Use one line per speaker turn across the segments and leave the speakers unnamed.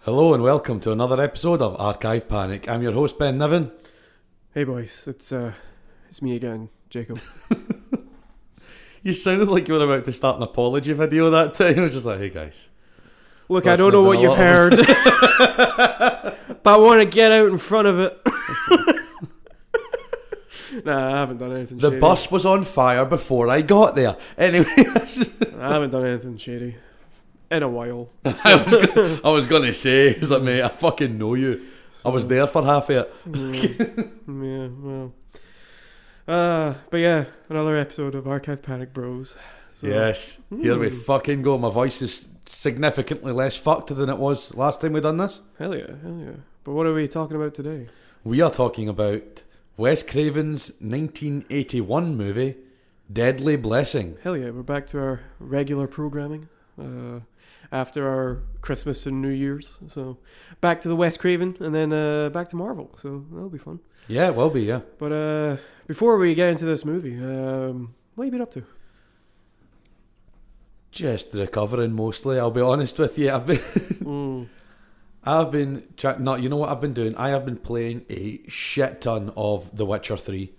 Hello and welcome to another episode of Archive Panic. I'm your host Ben Niven.
Hey boys, it's uh, it's me again, Jacob.
You sounded like you were about to start an apology video that time. I was just like, hey guys.
Look, I
That's
don't know
not been
what
a
you've
lot of
heard, but I want to get out in front of it. nah, I haven't done anything.
The
shady.
bus was on fire before I got there. Anyway, that's-
I haven't done anything shady in a while.
I was gonna, I was gonna say, I was like, mate, I fucking know you. I was there for half of it.
Mm, Yeah, well. Uh, but yeah, another episode of Archive Panic Bros. So,
Yes, here we fucking go. My voice is significantly less fucked than it was last time we done this.
Hell yeah, hell yeah. But what are we talking about today?
We are talking about Wes Craven's 1981 movie, Deadly Blessing.
Hell yeah, we're back to our regular programming uh, after our Christmas and New Year's. So back to the West Craven and then uh, back to Marvel. So that'll be fun.
Yeah, it will be, yeah.
But uh, before we get into this movie, um, what have you been up to?
Just recovering mostly, I'll be honest with you. I've been
Mm,
I've been tra- no, you know what I've been doing? I have been playing a shit ton of The Witcher 3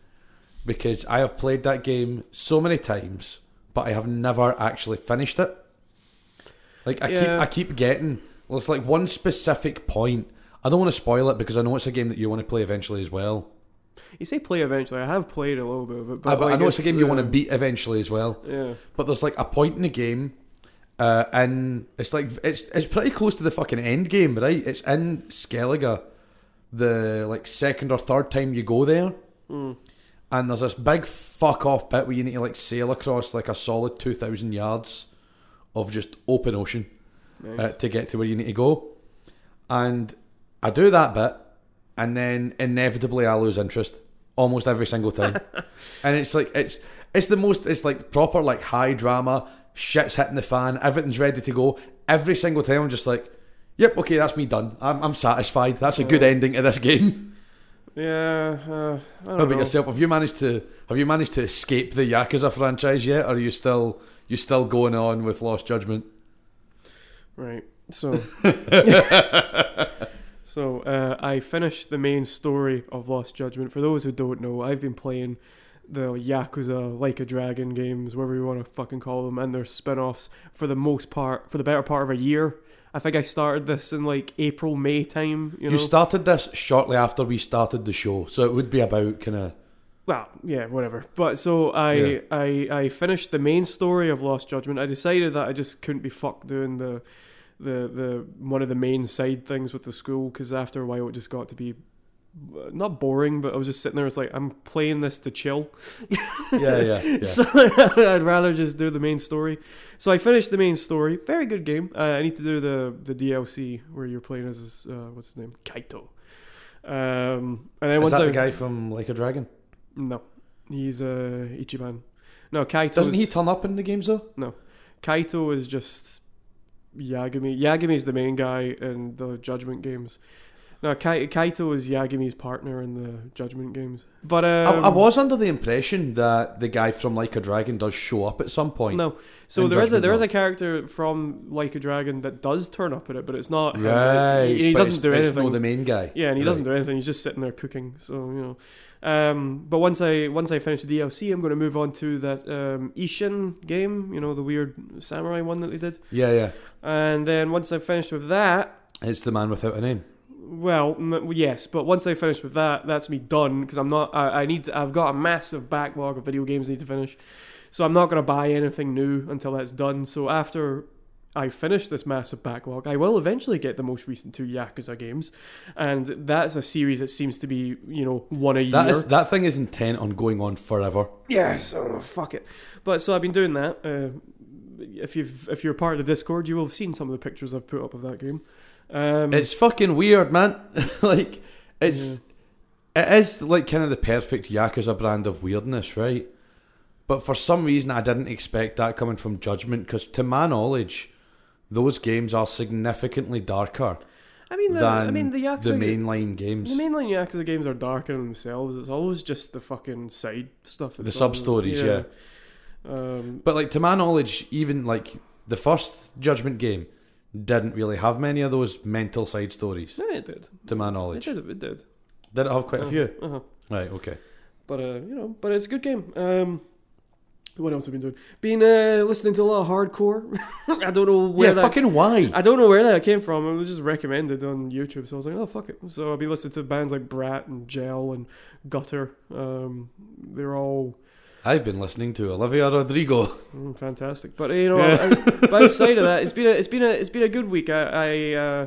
because I have played that game so many times, but I have never actually finished it. Like I keep
Yeah.
I keep getting well, it's like one specific point. I don't want to spoil it because I know it's a game that you want to play eventually as well.
you say play eventually. I have played a little bit of it, but,
Uh, but I
like,
know it's a game you want to
um,
beat eventually as well.
Yeah.
But there's like a point in the game, uh, and it's like it's it's pretty close to the fucking end game, right? It's in Skellige, the like second or third time you go there,
Mm.
and there's this big fuck off bit where you need to like sail across like a solid two thousand yards of just open ocean
Nice.
uh, to get to where you need to go. And I do that bit, and then inevitably I lose interest almost every single time. and it's like it's it's the most it's like proper like high drama. Shit's hitting the fan. Everything's ready to go. Every single time I'm just like, yep, okay, that's me done. I'm I'm satisfied. That's a good ending to this game.
yeah. Uh, I don't
How about
know.
yourself? Have you managed to have you managed to escape the Yakuza franchise yet? Or are you still you still going on with Lost Judgment?
Right. So, so uh, I finished the main story of Lost Judgment. For those who don't know, I've been playing the Yakuza Like a Dragon games, whatever you want to fucking call them, and their spin offs for the most part, for the better part of a year. I think I started this in like April, May time, you know?
You started this shortly after we started the show, so it would be about kind of
well, yeah, whatever. But so I,
Yeah.
I I finished the main story of Lost Judgment. I decided that I just couldn't be fucked doing the the the one of the main side things with the school because after a while it just got to be uh, not boring, but I was just sitting there. It's like I'm playing this to chill.
yeah, yeah, yeah.
So I'd rather just do the main story. So I finished the main story. Very good game. Uh, I need to do the the DLC where you're playing as uh, what's his name Kaito. Um, and then
Is
once
that
I,
the guy from Like a Dragon?
no, he's uh, Ichiban. No, Kaito.
Doesn't he turn up in the games though?
Kaito is just Yagami. Yagami's the main guy in the Judgment games. No, Kai- Kaito is Yagami's partner in the Judgment games. But um,
I, I was under the impression that the guy from Like a Dragon does show up at some point.
No, so
in
there is a
Judgment
there is a character from Like a Dragon that does turn up in it, but it's not him.
right?
He, he
but
doesn't
it's,
do
it's
anything.
no the main guy.
Yeah, and he
Right.
doesn't do anything. He's just sitting there cooking. So you know, um, but once I once I finish the DLC, I'm going to move on to that um, Ishin game. You know, the weird samurai one that they did.
Yeah, yeah.
And then once I finished with that,
It's the man without a name.
well, m- yes, but once I finish with that, that's me done because I'm not. I, I need. To, I've got a massive backlog of video games I need to finish, so I'm not going to buy anything new until that's done. So after I finish this massive backlog, I will eventually get the most recent two Yakuza games, and that's a series that seems to be you know one a year.
That is that thing is intent on going on forever.
Yeah, so oh, fuck it. But so I've been doing that. Uh, if you've if you're part of the Discord, you will have seen some of the pictures I've put up of that game. Um,
It's fucking weird, man. like it's
Yeah.
it is like kind of the perfect Yakuza brand of weirdness, right? But for some reason, I didn't expect that coming from Judgment because, to my knowledge, those games are significantly darker
I mean, the,
than
I mean the Yakuza
the mainline games.
The mainline Yakuza games are darker in themselves. It's always just the fucking side stuff.
The sub-stories,
Um,
But like to my knowledge, even like the first Judgment game didn't really have many of those mental side stories,
Yeah, it did.
to my
It
knowledge.
did. It did.
Did it have quite a few?
Uh-huh.
Right, okay.
But uh, you know, but it's a good game. Um, what else have we been doing? Been uh, listening to a lot of hardcore. I don't know where
yeah,
that.
fucking why?
I don't know where that came from. It was just recommended on YouTube, so I was like, "Oh fuck it!" So I've been listening to bands like Brat and Gel and Gutter. Um, they're all
I've been listening to Olivia Rodrigo.
mm, fantastic. But you know,
Yeah.
I- but outside of that, it's been a, it's been a it's been a good week. I, I uh,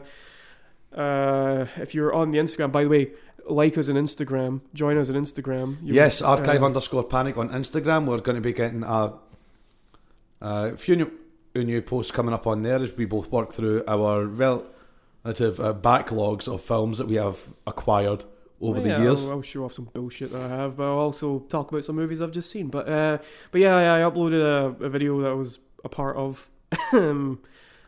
uh, if you're on the Instagram, by the way, like us on Instagram, join us on Instagram. You-
yes, archive
uh,
underscore panic on Instagram. We're going to be getting a, a few new, new posts coming up on there as we both work through our relative uh, backlogs of films that we have acquired over
Oh, Yeah,
the years.
I'll, I'll show off some bullshit that I have, but I'll also talk about some movies I've just seen. But uh, but yeah, I, I uploaded a, a video that I was a part of. um,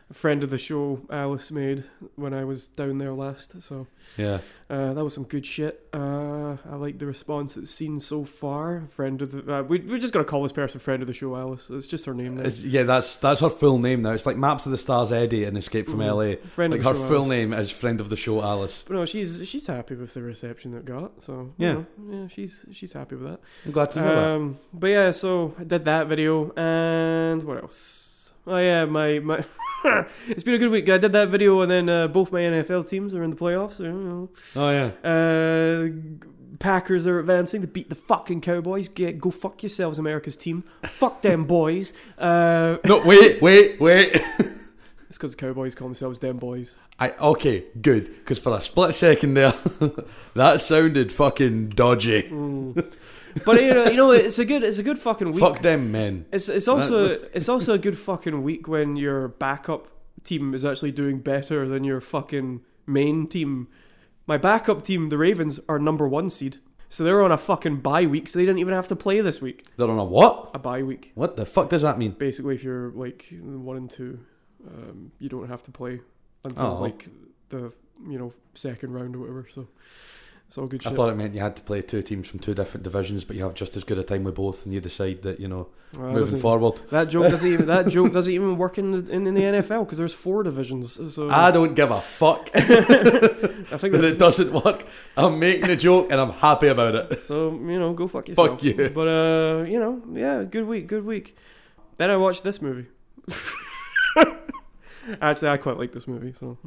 a friend of the show, Alice, made when I was down there last. So
yeah,
uh, that was some good shit. Uh, I like the response it's seen so far. Friend of the. Uh, we, we're just going to call this person Friend of the Show, Alice. It's just her name now.
It's- yeah, that's that's her full name now. It's like Maps of the Stars Eddie and Escape from LA.
Mm-hmm. Friend
Like
of the
her
show,
full
Alice.
name is friend of the show Alice.
But no, she's she's happy with the reception that it got. So you
Yeah.
know, yeah, she's she's happy with that.
I'm glad to know that.
Um, but yeah, so I did that video, and what else? Oh yeah, my my. it's been a good week. I did that video, and then uh, both my NFL teams are in the playoffs. So, you
Oh yeah,
know. uh, Packers are advancing to beat the fucking Cowboys. Get go fuck yourselves, America's team. Fuck them boys. Uh,
no, wait, wait, wait.
it's because the Cowboys call themselves them boys.
I okay, good. Because for a split second there, that sounded fucking dodgy.
Mm. but you know, you know, it's a good, it's a good fucking week.
Fuck them men.
It's it's also it's also a good fucking week when your backup team is actually doing better than your fucking main team. My backup team, the Ravens, are number one seed, so they're on a fucking bye week, so they didn't even have to play this week.
They're on a what?
A bye week,
What the fuck does that mean?
basically, if you're like one and two, um, you don't have to play until
Oh.
like the you know second round or whatever. So it's all good
I
shit.
thought it meant you had to play two teams from two different divisions, but you have just as good a time with both, and you decide that you know
Well, that
moving
doesn't-
forward.
That joke doesn't even that joke doesn't even work in the, in, in the NFL because there's four divisions. So
I don't give a fuck that
I think that's
it doesn't work. I'm making a joke, and I'm happy about it.
So you know, go fuck yourself.
you.
But uh, you know, yeah, good week, good week. Then I watched this movie. Actually, I quite like this movie. So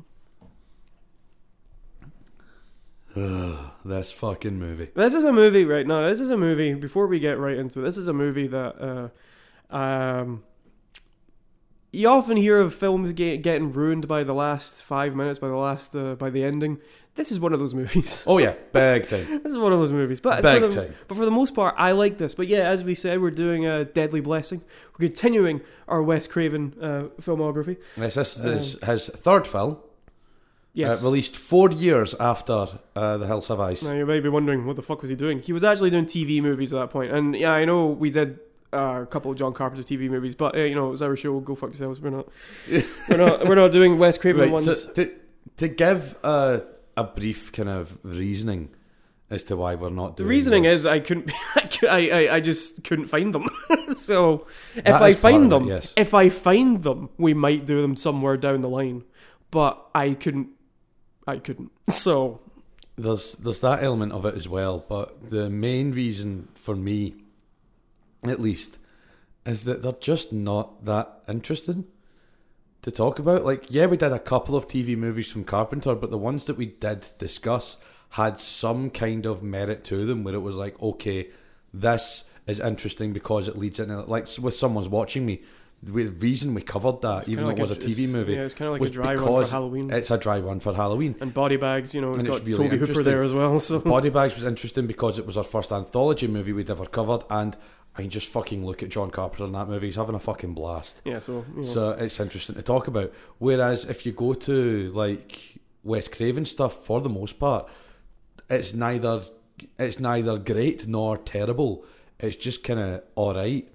This fucking movie.
this is a movie, right? now. this is a movie. Before we get right into it, this is a movie that uh, um, you often hear of films get, getting ruined by the last five minutes, by the last, uh, by the ending. This is one of those movies.
Oh yeah, big time.
This is one of those movies, but
Big
for the,
time.
but for the most part, I like this. But yeah, as we said, we're doing a Deadly Blessing. We're continuing our Wes Craven uh, filmography.
Yes, this is his third film,
Yes.
uh, released four years after uh, The Hills Have Eyes.
now you may be wondering what the fuck was he doing. He was actually doing TV movies at that point, and yeah, I know we did uh, a couple of John Carpenter TV movies, but uh, you know it was our show. Go fuck yourselves. We're not. we're not. We're not doing Wes Craven
Right,
ones.
so to, to give a, a brief kind of reasoning as to why we're not
the
doing
reasoning
this.
is I couldn't. I, cou- I, I- I just couldn't find them. so if
That
I
is part of
find
it,
them,
yes.
if I find them, we might do them somewhere down the line. But I couldn't. I couldn't. So
there's there's that element of it as well, but the main reason for me, at least, is that they're just not that interesting to talk about. Like, yeah, we did a couple of TV movies from Carpenter, but the ones that we did discuss had some kind of merit to them, where it was like, okay, this is interesting because it leads into like with someone's watching me. The reason we covered that, even though
kinda
it was a
like a-
TV
it's-
movie,
yeah, it's kinda like a
was
dry run for
because
Halloween.
It's a dry one for Halloween.
and body bags, you know, it's
And it's
got
really
Toby Hooper
interesting.
there as well. So
Body Bags was interesting because it was our first anthology movie we'd ever covered, and I can just fucking look at John Carpenter in that movie. He's having a fucking blast.
yeah, so you know,
So it's interesting to talk about. Whereas if you go to like Wes Craven stuff, for the most part, it's neither it's neither great nor terrible. It's just kind of all right.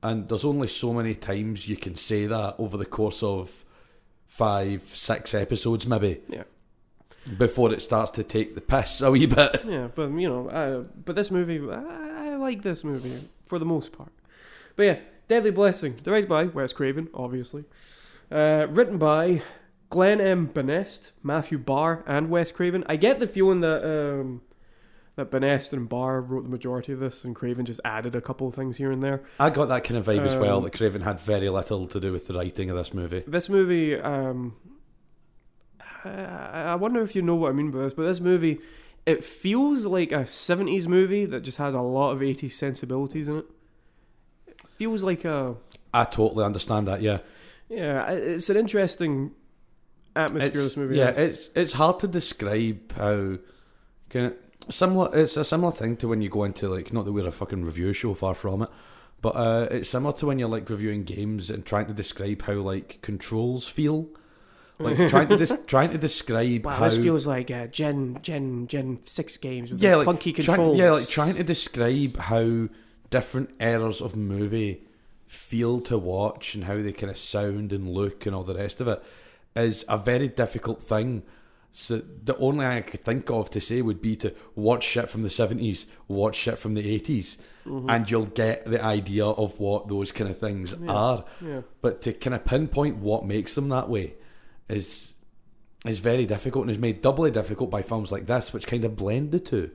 And there's only so many times you can say that over the course of five, six episodes, maybe
yeah,
before it starts to take the piss a wee bit.
yeah. But you know, uh, but this movie, I, I like this movie for the most part. But yeah, Deadly Blessing, directed by Wes Craven, obviously. Uh, written by Glenn M. Benest, Matthew Barr, and Wes Craven. I get the feeling that um, that Benest and Barr wrote the majority of this, and Craven just added a couple of things here and there.
I got that kind of vibe as well
Um,
that Craven had very little to do with the writing of this movie.
This movie, um, I, I wonder if you know what I mean by this, but this movie, it feels like a '70s movie that just has a lot of '80s sensibilities in it. It feels like a
I totally understand that. Yeah,
yeah, I- it's an interesting atmosphere.
it's,
this movie,
yeah,
has.
it's it's hard to describe how kind of similar. It's a similar thing to when you go into like not that we're a fucking review show, far from it, but uh, it's similar to when you're like reviewing games and trying to describe how like controls feel. Like trying to des- trying to describe
Wow,
how
this feels like uh, Gen Gen Gen six games with
yeah,
the
like
clunky
try-
controls.
yeah, like trying to describe how different eras of movie feel to watch and how they kind of sound and look and all the rest of it is a very difficult thing. So the only thing I could think of to say would be to watch shit from the seventies, watch shit from the 80s
Mm-hmm.
and you'll get the idea of what those kind of things are.
yeah.
But to kind of pinpoint what makes them that way is is very difficult and is made doubly difficult by films like this, which kind of blend the two.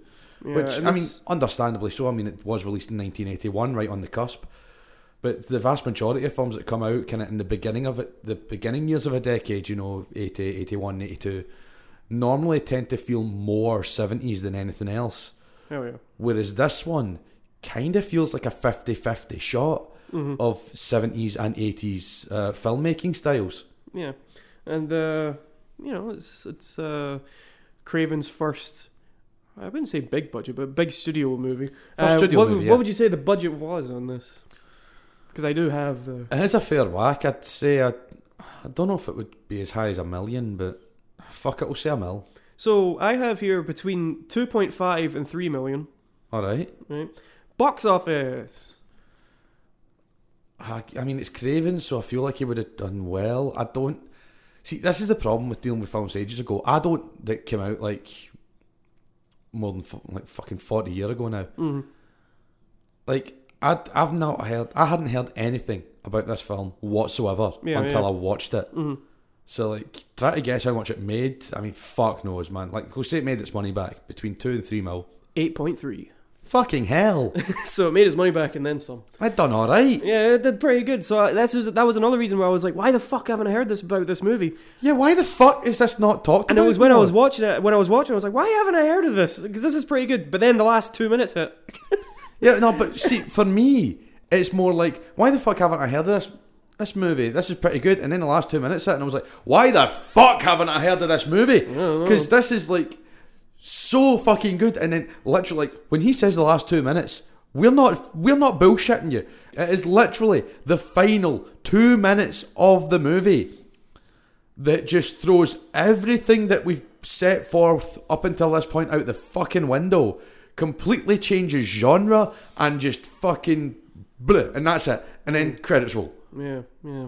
Yeah,
which
and
I mean,
this-
understandably so. I mean, it was released in 1981, right on the cusp. But the vast majority of films that come out kind of in the beginning of it, the beginning years of a decade, you know, 80, 81, 82, normally tend to feel more 70s than anything else.
There we go.
Whereas this one kind of feels like a 50 50 shot
Mm-hmm.
of 70s and 80s uh, filmmaking styles.
Yeah, and uh, you know it's it's uh, Craven's first. I wouldn't say big budget, but big studio movie.
First
Uh,
studio
what,
movie,
What
yeah.
would you say the budget was on this? Because I do have uh, the.
It is a fair whack. I'd say, I, I don't know if it would be as high as a million, but fuck it, we'll say a mil.
So I have here between two point five and three million.
All right.
Right, box office.
I, I mean, it's Craven, so I feel like he would have done well. I don't see. This is the problem with dealing with films ages ago. I don't that came out like more than fu- like fucking forty year ago now.
Mhm.
Like I, I've not heard. I hadn't heard anything about this film whatsoever
Yeah,
until
yeah.
I watched it.
Mhm.
So like, try to guess how much it made. I mean, fuck knows, man. Like, we'll say it made its money back between two and three mil.
Eight point three.
Fucking hell!
so it made his money back and then some.
I'd done all right.
Yeah, it did pretty good. So uh, that's was, that was another reason where I was like, why the fuck haven't I heard this about this movie?
Yeah, why the fuck is this not talked
And it
about?
was when I
more?
was watching it. When I was watching, it, I was like, why haven't I heard of this? Because this is pretty good. But then the last two minutes hit.
Yeah, no, but see, for me, it's more like, why the fuck haven't I heard of this this movie? This is pretty good. And then the last two minutes hit, and I was like, why the fuck haven't I heard of this movie?
don't know.
Because this is like so fucking good. And then literally, like, when he says the last two minutes, we're not we're not bullshitting you. It is literally the final two minutes of the movie that just throws everything that we've set forth up until this point out the fucking window. Completely changes genre and just fucking bleh, and that's it. And then credits roll.
Yeah, yeah.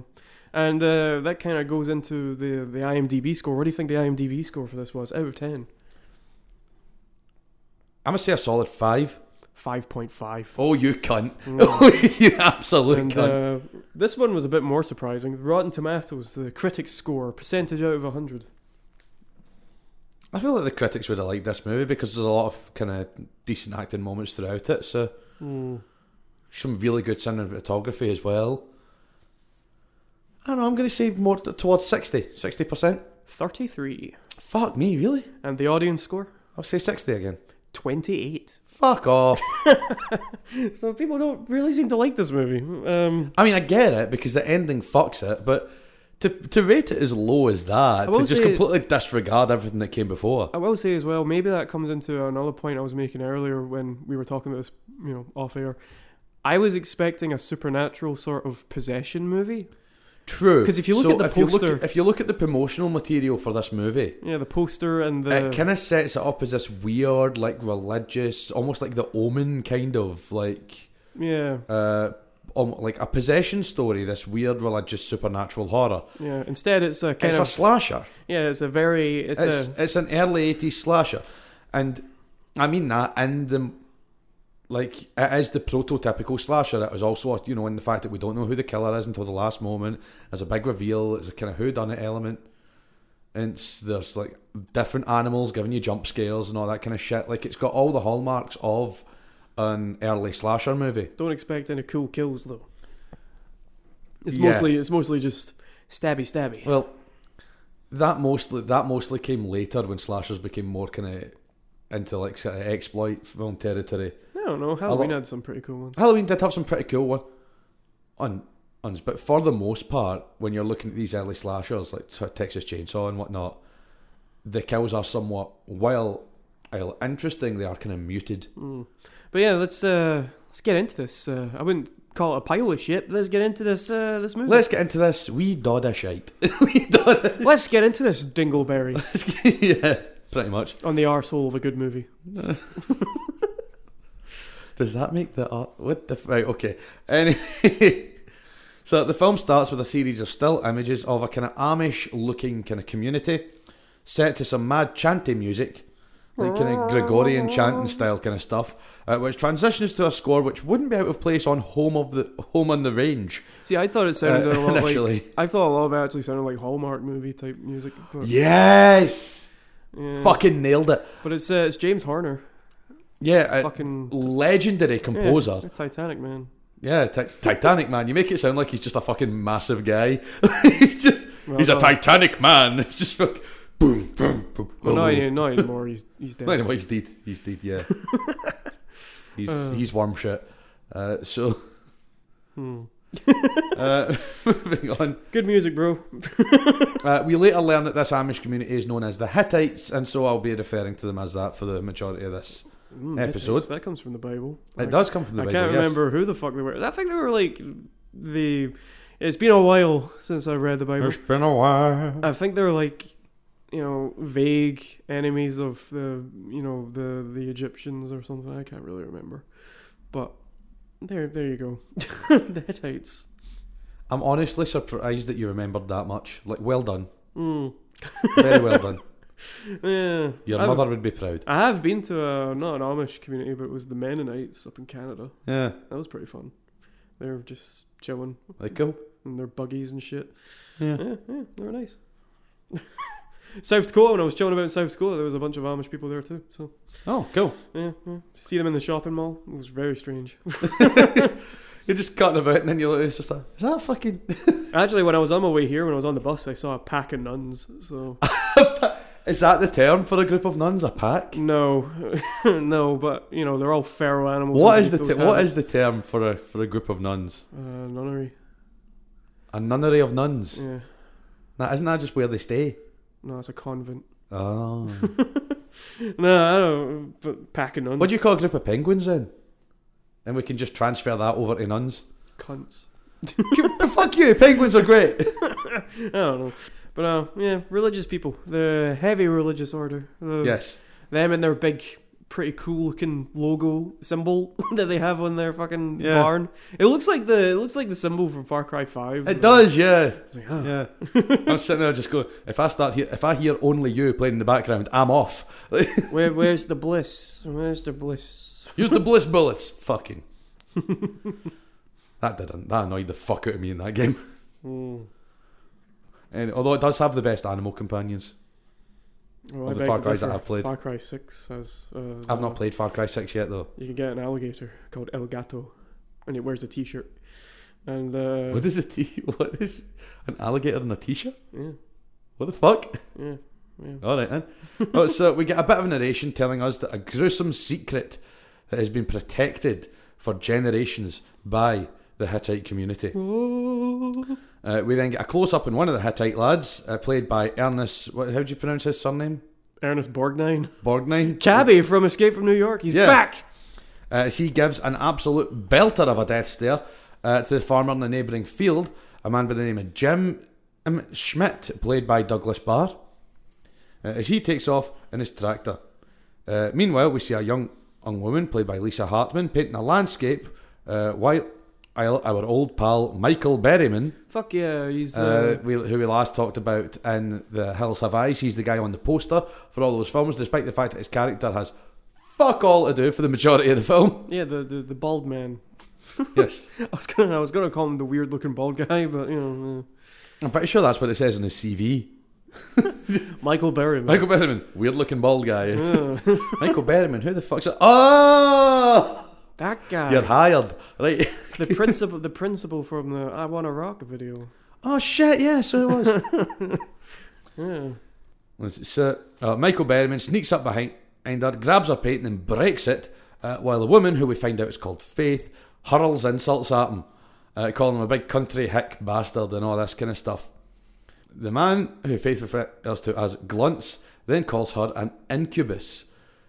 And uh, that kind of goes into the the IMDb score. What do you think the IMDb score for this was? Out of ten.
I'm gonna say a solid five.
Five point five.
Oh, you cunt! Oh, you absolute
And
cunt!
uh, this one was a bit more surprising. Rotten Tomatoes, the critics score, percentage out of hundred.
I feel like the critics would have liked this movie because there's a lot of kind of decent acting moments throughout it. So Hmm. some really good cinematography as well. I don't know. I'm gonna say more t- towards 60 60 percent.
Thirty-three.
Fuck me, really?
And the audience score,
I'll say 60 again.
twenty-eight.
Fuck off.
So people don't really seem to like this movie. Um,
I mean, I get it because the ending fucks it, but to to rate it as low as that, to
will
just
say-
completely disregard everything that came before.
I will say as well, maybe that comes into another point I was making earlier when we were talking about this, you know, off air. I was expecting a supernatural sort of possession movie.
True.
'Cause if you look
So
at the
if you look at-
poster-
if you look at the promotional material for this movie,
Yeah, the poster and the
it kind of sets it up as this weird, like religious, almost like the Omen kind of like.
yeah,
Uh, almo- like a possession story, this weird religious supernatural horror.
yeah. Instead, it's a kind
It's a
of
slasher.
yeah, it's a very it's,
it's
a
it's an early '80s slasher, and I mean that in the like it is the prototypical slasher. It is also you know in the fact that we don't know who the killer is until the last moment. There's a big reveal. It's a kind of who done it element. And it's, there's like different animals giving you jump scares and all that kind of shit. Like it's got all the hallmarks of an early slasher movie.
Don't expect any cool kills though. It's
Yeah.
mostly it's mostly just stabby stabby.
Well, that mostly that mostly came later when slashers became more kind of into like sort of exploit film territory.
I don't know. Halloween
lot-
had some pretty cool ones.
Halloween did have some pretty cool one on ones, but for the most part, when you're looking at these early slashers like t- Texas Chainsaw and whatnot, the kills are somewhat while while interesting, they are kind of muted.
Mm. But yeah, let's uh let's get into this. Uh, I wouldn't call it a pile of shit. But let's get into this uh this movie.
Let's get into this wee dod of shite.
Let's get into this dingleberry
yeah, pretty much.
on the arsehole of a good movie.
Does that make the art? What the f- right? Okay. Anyway, so the film starts with a series of still images of a kind of Amish-looking kind of community, set to some mad chanty music, like kind of Gregorian chanting style kind of stuff, uh, which transitions to a score which wouldn't be out of place on Home of the Home on the Range
See, I thought it sounded a
uh,
lot like
initially.
I thought a lot of it actually sounded like Hallmark movie type music. But,
yes,
yeah.
fucking nailed it.
But it's uh, it's James Horner,
Yeah, uh,
fucking
legendary
yeah,
composer.
Titanic man.
Yeah, Ti- Titanic man. You make it sound like he's just a fucking massive guy. he's just
Well
he's a
done.
Titanic man. It's just like boom, boom, boom.
Well, no,
Oh.
he- no anymore. He's he's dead.
No, anyway, he's dead. He's dead. Yeah, he's
Uh.
he's worm shit. Uh, so
Hmm.
uh, moving on,
Good music, bro.
uh, we later learn that this Amish community is known as the Hittites, and so I'll be referring to them as that for the majority of this.
Mm,
Episode.
that comes from the Bible.
It does come from the
I
Bible.
can't
yes.
remember who the fuck they were. I think they were like the. It's been a while since I've read the Bible.
It's been a while.
I think they were like, you know, vague enemies of the, you know, the the Egyptians or something. I can't really remember, but there, there you go. the Hittites.
I'm honestly surprised that you remembered that much. Like, well done,
Mm.
very well done.
Yeah.
Your
I've-
mother would be proud.
I have been to a, not an Amish community, but it was the Mennonites up in Canada.
Yeah,
That was pretty fun. They were just chilling
like cool.
in their buggies and shit.
Yeah.
Yeah, yeah, they were nice. South Dakota, when I was chilling about in South Dakota, there was a bunch of Amish people there too. So
Oh, cool.
yeah, yeah. see them in the shopping mall. It was very strange.
You're just cutting about, and then you look. It's just like, is that fucking?
Actually, when I was on my way here, when I was on the bus, I saw a pack of nuns. So
Is that the term for a group of nuns? A
Mm.
pack?
no, no, but you know they're all feral animals.
What
and
is the
those
te- what
habits.
is the term for a for a group of nuns?
uh, nunnery?
A nunnery of nuns.
Yeah,
Now, isn't that just where they stay?
no, it's a convent.
Oh.
No, I don't. But pack of nuns.
what do you call a group of penguins then? And we can just transfer that over to nuns.
cunts?
Fuck you, penguins are great.
I don't know. But uh, yeah, religious people, the heavy religious order. The,
yes.
them and their big, pretty cool looking logo symbol that they have on their fucking
Yeah.
barn. It looks like the it looks like the symbol from Far Cry Five.
It does, yeah.
It's like, huh.
Yeah. I'm sitting there just going, if I start here if I hear only you playing in the background, I'm off.
Where, where's the bliss? Where's the bliss?
Use the bliss bullets. Fucking. that didn't. That annoyed the fuck out of me in that game.
Mm.
And although it does have the best animal companions, Of
Well, Oh, I
the
beg
Far
to
Crys that
differ.
I've played.
Far Cry Six has. Uh, has
I've
a-
not played Far Cry Six yet though.
You can get an alligator called El Gato, and it wears a T-shirt. And uh,
What is a t? What is an alligator in a t-shirt?
yeah,
What the fuck?
yeah, yeah.
All right then. oh, so we get a bit of a narration telling us that a gruesome secret that has been protected for generations by the Hittite community.
Oh,
Uh, we then get a close up on one of the Hittite lads, uh, played by Ernest. What, how do you pronounce his surname?
Ernest Borgnine,
Borgnine.
Cabby from Escape from New York. He's
Yeah.
back.
uh, as he gives an absolute belter of a death stare uh, to the farmer in the neighbouring field, a man by the name of Jim M. Schmidt, played by Douglas Barr, uh, as he takes off in his tractor. Uh, meanwhile, we see a young, young woman, played by Lisa Hartman, painting a landscape uh, while while our old pal Michael Berryman,
Fuck yeah, he's
uh,
the
we, who we last talked about in The Hills Have Eyes, he's the guy on the poster for all those films, despite the fact that his character has fuck all to do for the majority of the film.
Yeah, the, the, the bald man.
Yes.
I was gonna I was gonna call him the weird looking bald guy, but you know,
I'm pretty sure that's what it says on his CV.
uh, Michael Berry. man.
Michael Berryman, weird looking bald guy.
Yeah.
Michael Berryman, who the fuck's that? Oh!
that guy.
You're hired. Right.
the principal the principal from the I Wanna Rock video.
Oh shit, yeah, so it was.
Yeah.
was it, sir? Uh, Michael Berryman sneaks up behind behind her, grabs her patent and breaks it, uh, while the woman, who we find out is called Faith, hurls insults at him, uh, calling him a big country hick bastard and all this kind of stuff. The man, who Faith refers to as Glunts, then calls her an incubus.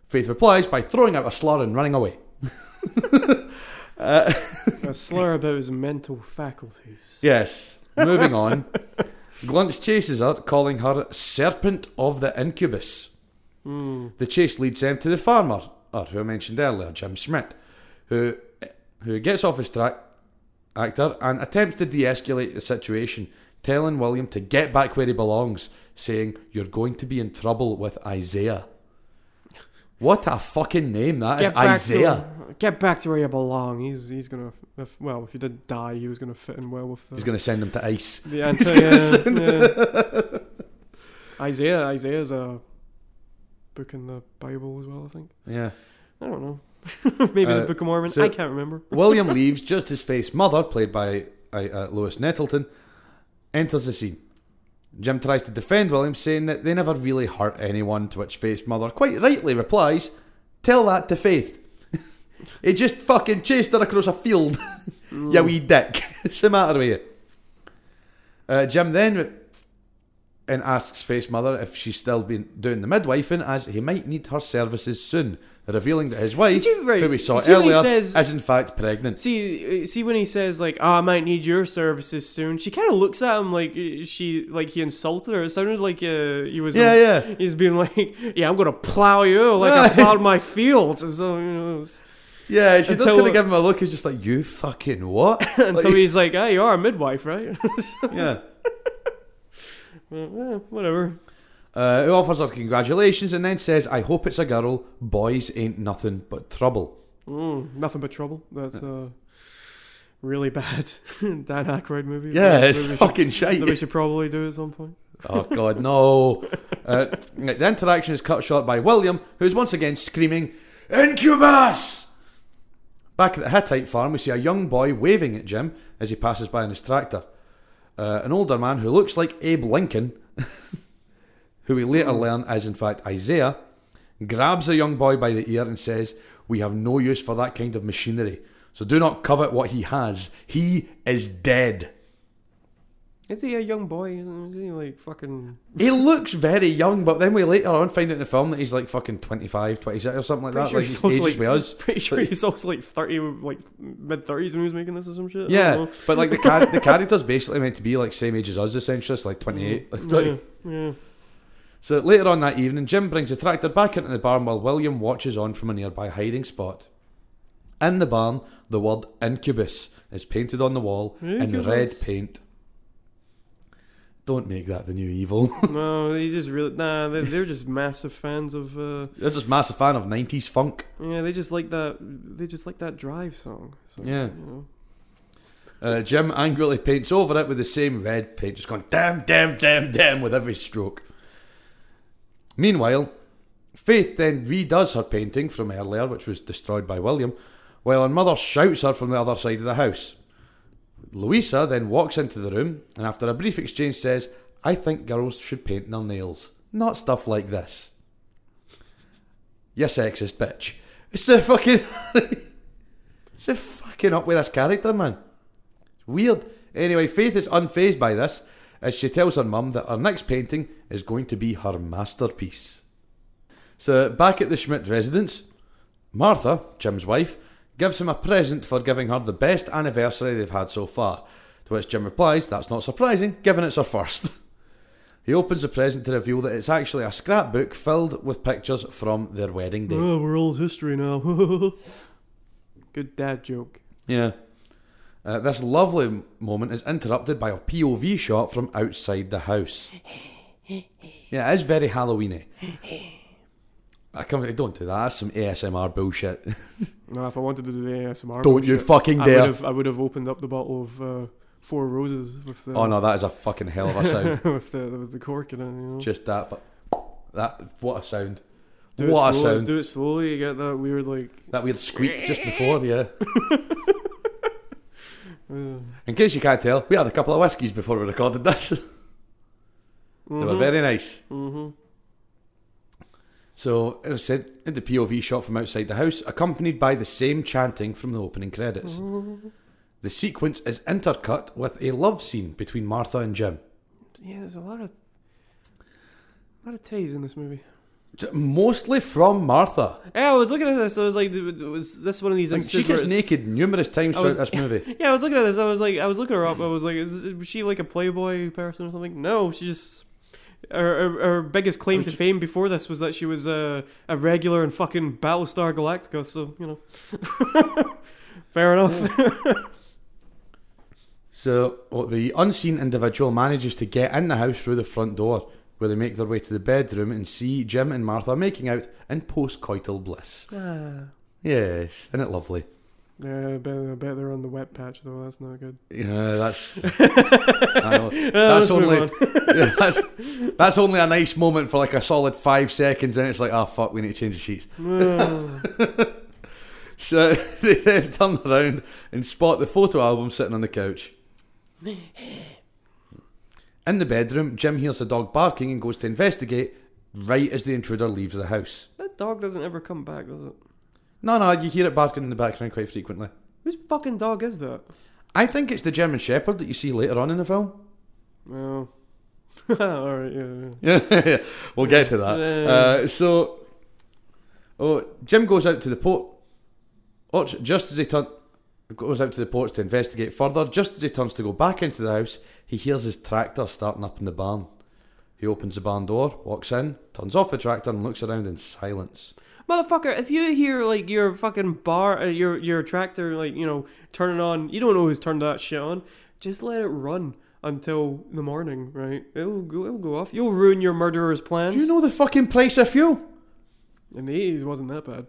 Faith replies by throwing out a slur and running away. uh,
A slur about his mental faculties.
Yes. Moving on. Glunts chases her, calling her Serpent of the Incubus.
Mm.
The chase leads them to the farmer, or who I mentioned earlier, Jim Schmidt, who who gets off his track actor and attempts to de-escalate the situation, telling William to get back where he belongs, saying, You're going to be in trouble with Isaiah. What a fucking name that is,
Get back
Isaiah.
To, get back to where you belong. He's he's gonna if, well, if he did die, he was gonna fit in well with the
He's going to send him to ice.
the anti- yeah, yeah. Isaiah Isaiah's a book in the Bible as well, I think.
Yeah.
I don't know. Maybe
Uh,
the Book of Mormon.
so-
I can't remember.
William leaves just as Faith's mother, played by uh, Lois Nettleton, enters the scene. Jim tries to defend William, saying that they never really hurt anyone, to which Faith's mother quite rightly replies, Tell that to Faith. he just fucking chased her across a field,
Mm.
you wee dick. What's the matter with you? Uh, Jim then and asks Faith's mother if she's still been doing the midwifing, as he might need her services soon, revealing that his wife,
Did you- right,
who we saw
see when he
earlier,
says-
is in fact pregnant.
See, see when he says like, "Oh, I might need your services soon." She kind of looks at him like she, like he insulted her. It sounded like uh, he was,
Yeah, yeah.
he's being like, "Yeah, I'm gonna plow you like I
Right.
plowed my fields." And so you know, it's-
Yeah, she just
Until-
kind of give him a look. He's just like, "You fucking what?"
until
Like,
he's like, "Hey, you are a midwife, right?"
yeah.
Well, eh, whatever.
Uh, who offers her congratulations and then says, "I hope it's a girl. Boys ain't nothing but trouble."
Mm, nothing but trouble. That's uh, really bad Dan Aykroyd movie.
Yeah,
that
it's
we should-
fucking
that we
shite.
should probably do at some point.
oh god, no. Uh, the interaction is cut short by William, who is once again screaming, "Incubus!" Back at the Hittite farm, we see a young boy waving at Jim as he passes by on his tractor. Uh, an older man who looks like Abe Lincoln, who we later learn is in fact Isaiah, grabs the young boy by the ear and says, We have no use for that kind of machinery, so do not covet what he has. He is dead.
Is he a young boy? Isn't- Is he like fucking?
He looks very young, but then we later on find out in the film that he's like fucking 25, 26 or something like that.
Pretty
like
sure he's
he's
also
ages
like-
with us.
Pretty sure
Like-
he's also like thirty, like mid thirties when he was making this or some shit. I
Yeah,
don't
but like the char- the character's basically meant to be like same age as us, essentially, it's like 28.
know.
Like,
Mm. yeah, yeah.
So later on that evening, Jim brings the tractor back into the barn while William watches on from a nearby hiding spot. In the barn, the word incubus is painted on the wall in
Incubus.
red paint. Don't make that the new evil.
No, they just really nah. They, they're just massive fans of. uh
They're just massive fan of 90s funk.
Yeah, they just like that. They just like that drive song. So,
Yeah.
you know.
Uh, Jim angrily paints over it with the same red paint, just going damn, damn, damn, damn with every stroke. Meanwhile, Faith then redoes her painting from earlier, which was destroyed by William, while her mother shouts her from the other side of the house. Louisa then walks into the room and, after a brief exchange, says, I think girls should paint their nails, not stuff like this. You sexist bitch. It's a fucking. it's a fucking up with this character, man. Weird. Anyway, Faith is unfazed by this as she tells her mum that her next painting is going to be her masterpiece. So, back at the Schmidt residence, Martha, Jim's wife, gives him a present for giving her the best anniversary they've had so far. To which Jim replies, That's not surprising, given it's her first. he opens the present to reveal that it's actually a scrapbook filled with pictures from their wedding day.
Oh, we're old history now. Good dad joke.
Yeah. Uh, this lovely m- moment is interrupted by a POV shot from outside the house. Yeah, it is very Halloweeny. I come. Don't do that. That's some ASMR bullshit.
No, if I wanted to do the ASMR,
don't you
bullshit,
fucking
I would
dare.
have I would have opened up the bottle of uh, Four Roses with the
Oh no, that is a fucking hell of a sound.
with the with the cork in it. You know,
Just that. fu- That what a sound.
do
what
it
a
slowly,
sound.
Do it slowly. You get that weird like.
That weird squeak just before, yeah.
Uh,
In case you can't tell, we had a couple of whiskies before we recorded this. They
Mm-hmm.
were very nice.
hmm
So, as I said, in the POV shot from outside the house, accompanied by the same chanting from the opening credits.
Mm-hmm.
The sequence is intercut with a love scene between Martha and Jim.
Yeah, there's a lot of a lot of titties in this movie.
J- Mostly from Martha.
Yeah, I was looking at this. I was like, dude, was this one of these
Like,
instances
she gets
where it's-
naked numerous times
I
throughout
was-
this movie.
Yeah, I was looking at this. I was like, I was looking her up. I was like, is, is she like a Playboy person or something? No, she just. Her, her, her biggest claim to
Which-
fame before this was that she was a, a regular in fucking Battlestar Galactica, so, you know. Fair enough.
So well, the unseen individual manages to get in the house through the front door, where they make their way to the bedroom and see Jim and Martha making out in post-coital bliss.
Yeah,
Yes, isn't it lovely?
I bet, I bet they're on the wet patch, though. That's not good.
Yeah, that's. I know.
Uh,
That's
let's move
only
on.
yeah, that's that's only a nice moment for like a solid five seconds, and it's like, oh fuck, we need to change the sheets.
Uh,
So they then turn around and spot the photo album sitting on the couch. In the bedroom, Jim hears a dog barking and goes to investigate. Right as the intruder leaves the house.
that dog doesn't ever come back, does it?
No, no, you hear it barking in the background quite frequently.
Whose fucking dog is that?
I think it's the German Shepherd that you see later on in the film.
Oh. Alright, yeah, yeah.
Yeah, we'll get to that. Uh, so, oh, Jim goes out to the port. Orch- Just as he turn- goes out to the porch to investigate further, just as he turns to go back into the house, he hears his tractor starting up in the barn. He opens the barn door, walks in, turns off the tractor, and looks around in silence.
Motherfucker, if you hear like your fucking bar, uh, your your tractor, like you know, turning on, you don't know who's turned that shit on. Just let it run until the morning, right? It'll go, it'll go off. You'll ruin your murderer's plans.
Do you know the fucking price of fuel?
In the eighties, wasn't that bad.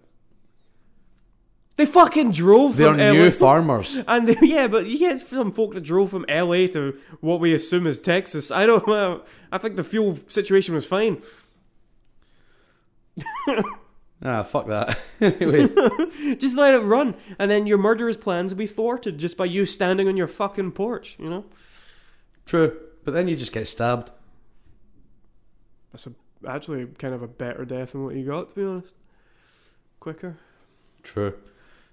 They fucking drove
They're
from LA.
new farmers.
and they- yeah, but you get some folk that drove from LA to what we assume is Texas. I don't know. I think the fuel situation was fine.
Ah, fuck that. anyway,
Just let it run, and then your murderer's plans will be thwarted just by you standing on your fucking porch. You know.
true. But then you just get stabbed.
That's a, actually kind of a better death than what you got, to be honest. Quicker.
True.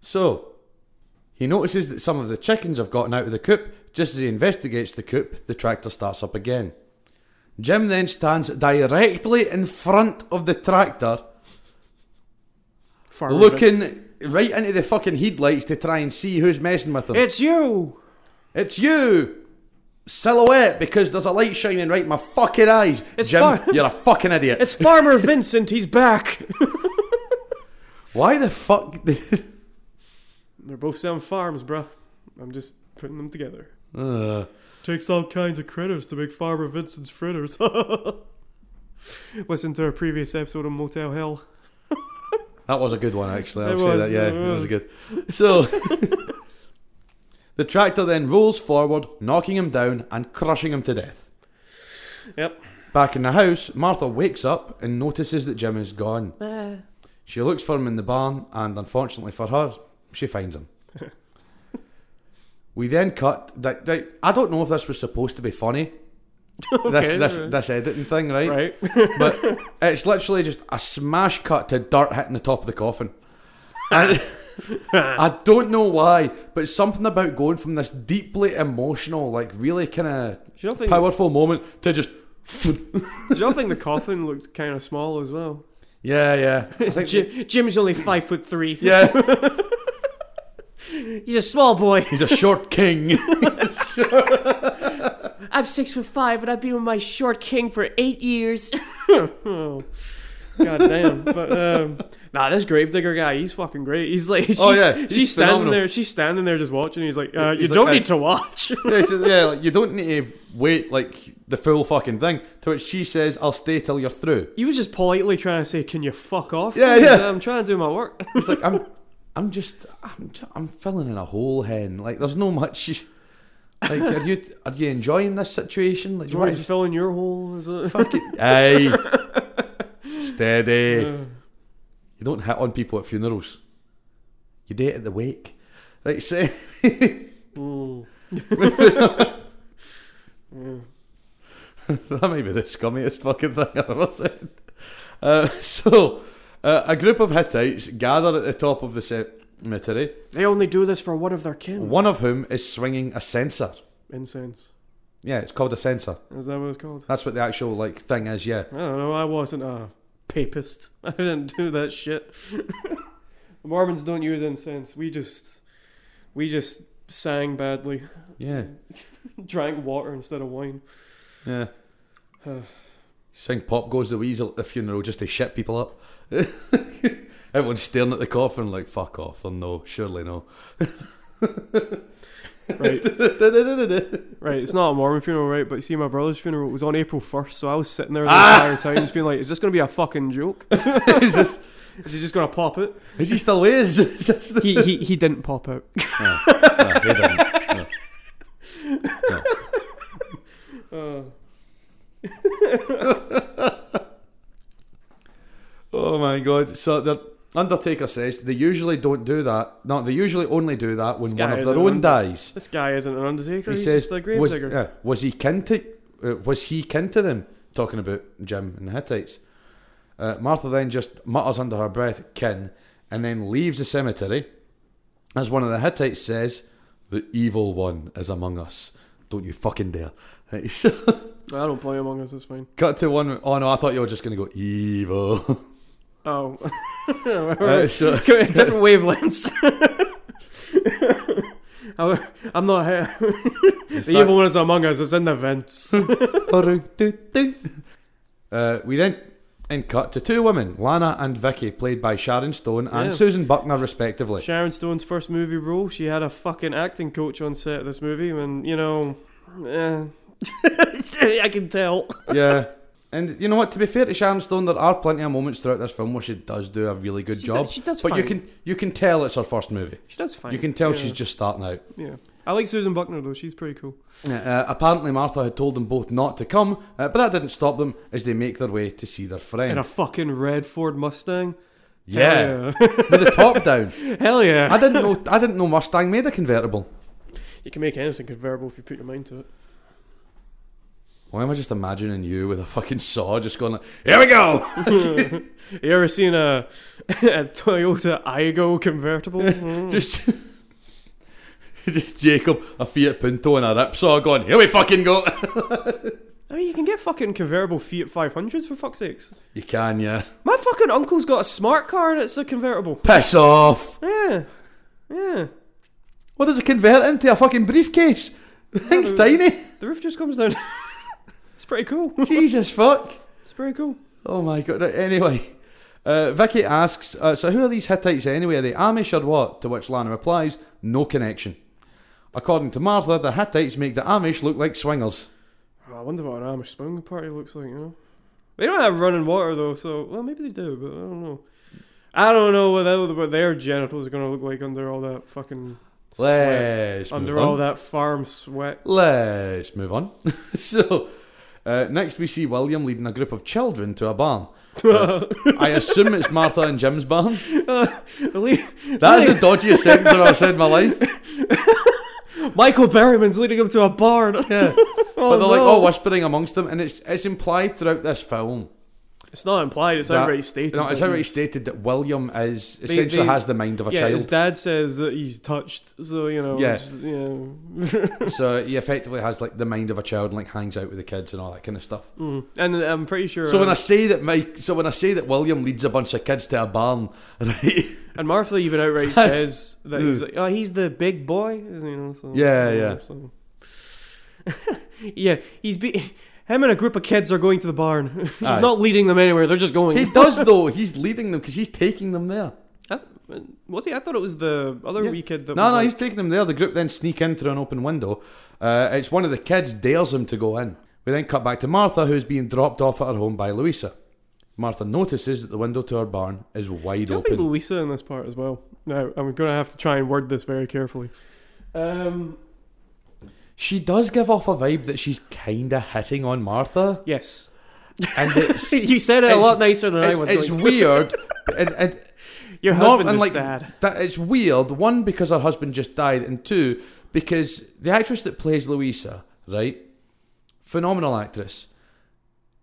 So, he notices that some of the chickens have gotten out of the coop. Just as he investigates the coop, the tractor starts up again. Jim then stands directly in front of the tractor,
Far
looking right into the fucking headlights to try and see who's messing with him.
It's you!
it's you! Silhouette, because there's a light shining right in my fucking eyes.
It's
Jim,
far-
you're a fucking idiot.
It's Farmer Vincent, he's back!
Why the fuck?
They're both selling farms, bruh. I'm just putting them together. Uh,
Ugh.
Takes all kinds of critters to make Farmer Vincent's fritters. Listen to our previous episode on Motel Hell.
That was a good one, actually. I'll
It
say
was,
that. Yeah,
it
it was
was.
good. So the tractor then rolls forward, knocking him down and crushing him to death.
Yep.
Back in the house, Martha wakes up and notices that Jim is gone.
Uh.
She looks for him in the barn, and unfortunately for her, she finds him. we then cut. That, that, I don't know if this was supposed to be funny.
Okay,
this this
alright.
this editing thing, right?
Right?
but it's literally just a smash cut to dirt hitting the top of the coffin. And I don't know why, but something about going from this deeply emotional, like really kind of
Do you, not think,
powerful moment to just.
do you not think the coffin looked kind of small as well?
yeah, yeah. I think
Jim, Jim's only five foot three.
yeah,
He's a small boy.
he's a short king.
I'm six foot five, and I've been with my short king for eight years. oh, God damn. But um, nah, this Gravedigger guy, he's fucking great. He's like, she's,
Oh, yeah, he's
she's standing
phenomenal.
there, she's standing there just watching. He's like, uh,
He's
you
like,
don't
I-
need to watch.
yeah, he says, yeah like, you don't need to wait like the full fucking thing. To which she says, "I'll stay till you're through."
he was just politely trying to say, can you fuck off?
Yeah,
please?
yeah.
I'm trying to do my work.
It's like I'm, I'm just, I'm, ju- I'm filling in a hole, hen. Like there's no much. Like, are you, are you enjoying this situation? Like,
Do
do you
you want
want
me to fill in your hole? Is it?
fuck it? Aye, steady.
Uh,
You don't hit on people at funerals. You date at the wake. Right, so
mm. Yeah.
that might be the scummiest fucking thing I've ever said. Uh, so, uh, a group of Hittites gather at the top of the cemetery,
They only do this for one of their kin.
one of whom is swinging a censer.
Incense.
Yeah, it's called a censer.
Is that what it's called?
That's what the actual like thing is. Yeah,
I don't know. I wasn't a papist. I didn't do that shit. the Mormons don't use incense. We just, we just sang badly,
yeah,
drank water instead of wine.
yeah.
Huh.
Sing "Pop Goes the Weasel" at the funeral just to shit people up. Everyone's staring at the coffin like, "Fuck off!" Then no, surely no.
Right, right. It's not a Mormon funeral, right? But you see, my brother's funeral was on April first, so I was sitting there the entire time, just being like, "Is this gonna be a fucking joke?
is, this,
Is he just gonna pop it?"
is he still with us? Is this the-
He he, he didn't pop out.
No, no, he didn't. No.
Uh,
Oh my god! So the Undertaker says they usually don't do that. No, they usually only do that when
This
one
guy
of
isn't
their
an
own
under-
dies.
this guy isn't an undertaker.
he
he's
says,
just a
was,
gravedigger.
yeah, was he kin to, uh, was he kin to them? Talking about Jim and the Hittites. Uh, Martha then just mutters under her breath, kin, and then leaves the cemetery. As one of the Hittites says, the evil one is among us. Don't you fucking dare. Right, so-
I don't play Among Us. It's fine.
cut to one. Oh no, I thought you were just going to go evil.
Oh,
Right, Uh, so-
Okay, different wavelengths. I'm I'm not here. the
fact-
evil one is among us. It's in the vents.
"Oh, uh, we then and cut to two women, Lana and Vicky, played by Sharon Stone and
Yeah.
Susan Buckner, respectively.
Sharon Stone's first movie role. She had a fucking acting coach on set of this movie, and you know, eh. I can tell.
yeah. And you know what? To be fair to Sharon Stone, there are plenty of moments throughout this film where she does do a really good
She
job.
does- she does
but you
fine.
can you can tell it's her first movie.
She does fine.
You can tell
Yeah,
she's just starting out.
yeah. I like Susan Buckner though. She's pretty cool.
Uh, apparently, Martha had told them both not to come, uh, but that didn't stop them as they make their way to see their friend.
In a fucking red Ford Mustang.
yeah,
Hell yeah.
with the top down.
Hell yeah.
I didn't know. I didn't know Mustang made a convertible.
You can make anything convertible if you put your mind to it.
Why am I just imagining you with a fucking saw just going like, "Here we go."
Mm. you ever seen a, a Toyota Igo convertible? Mm.
Just, just Jacob, a Fiat Punto, and a rip saw going. Here we fucking go.
I mean, you can get fucking convertible Fiat 500s for fuck's sakes.
You can, yeah.
My fucking uncle's got a smart car and it's a convertible.
Piss off.
Yeah. Yeah.
What does it convert into? A fucking briefcase? The thing's tiny.
The roof just comes down. it's pretty cool.
Jesus fuck.
It's pretty cool.
Oh my god. Right, anyway, uh, Vicky asks, uh, so who are these Hittites anyway? Are they Amish or what? To which Lana replies, no connection. According to Martha, the Hittites make the Amish look like swingers.
Oh, I wonder what an Amish swing party looks like, you know? They don't have running water though, so, well, maybe they do, but I don't know. I don't know what, that, what their genitals are going to look like under all that fucking sweat.
Let's move
Under
on.
all that farm sweat.
Let's move on. so, uh, next we see William leading a group of children to a barn. Uh, I assume it's Martha and Jim's barn.
Le-
That is the dodgiest sentence I've ever said in my life.
Michael Berryman's leading him to a barn.
Yeah.
Oh,
but they're like
no.
all whispering amongst them, and it's it's implied throughout this film.
It's not implied. It's
that-
already stated.
No, it's
that
already
he's-
stated that William is essentially
they-
has the mind of a
Yeah, his
child,
dad says that he's touched, so you know.
Yeah.
it's- yeah.
so he effectively has like the mind of a child and like hangs out with the kids and all that kind of stuff.
Mm. And I'm pretty sure.
So when
um,
I say that Mike, so when I say that William leads a bunch of kids to a barn, right?
and Martha even outright says that
Mm.
he's like, oh, he's the big boy. You know, so,
Yeah, yeah.
so- yeah, he's be- Him and a group of kids are going to the barn. He's
Aye.
not leading them anywhere. They're just going.
He does though. He's leading them because he's taking them there.
I, was he? I thought it was the other
Yeah.
wee kid that.
No,
was
no,
like-
he's taking them there. The group then sneak in through an open window. Uh, it's one of the kids dares him to go in. We then cut back to Martha, who's being dropped off at her home by Louisa. Martha notices that the window to her barn is wide
Don't be
open.
Louisa in this part as well. Now I'm going to have to try and word this very carefully. Um,
she does give off a vibe that she's kinda hitting on Martha,
yes,
and it's
you said it a
It's-
lot nicer than I was.
it's, it's
going to.
weird. And, and
Your
not-
husband
and
is
like-
dad.
that it's weird. One because her husband just died, and two because the actress that plays Louisa, right, phenomenal actress.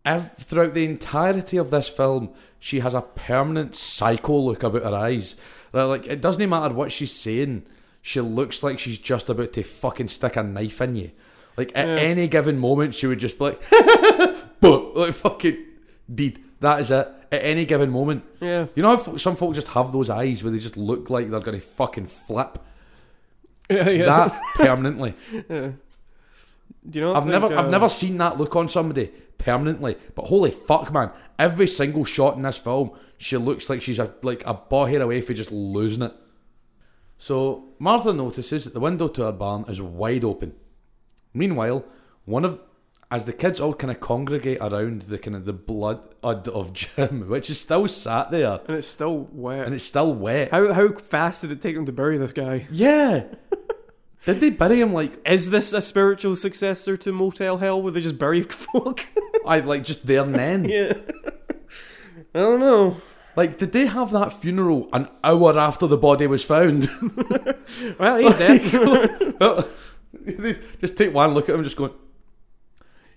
Ev- throughout the entirety of this film, she has a permanent psycho look about her eyes. Like, Like it doesn't matter what she's saying, she looks like she's just about to fucking stick a knife in you. Like at
Yeah.
any given moment, she would just be like, "But like fucking deed." That is it. At any given moment.
Yeah,
You know how fo- some folk just have those eyes where they just look like they're going to fucking flip
yeah, yeah.
that permanently.
Yeah. Do you know?
I've
think,
never,
uh,
I've never seen that look on somebody permanently. But holy fuck, man! Every single shot in this film, she looks like she's a, like a ball hair away for just losing it. So Martha notices that the window to her barn is wide open. Meanwhile, one of as the kids all kind of congregate around the kind of the blood uh, of Jim, which is still sat there
And it's still wet.
and it's still wet.
how how fast did it take them to bury this guy?
Yeah. Did they bury him like
Is this a spiritual successor to Motel Hell, where they just bury folk?
I like just there and then?
yeah. I don't know.
Like, did they have that funeral an hour after the body was found?
Well, he's dead.
They just take one look at him, and just going,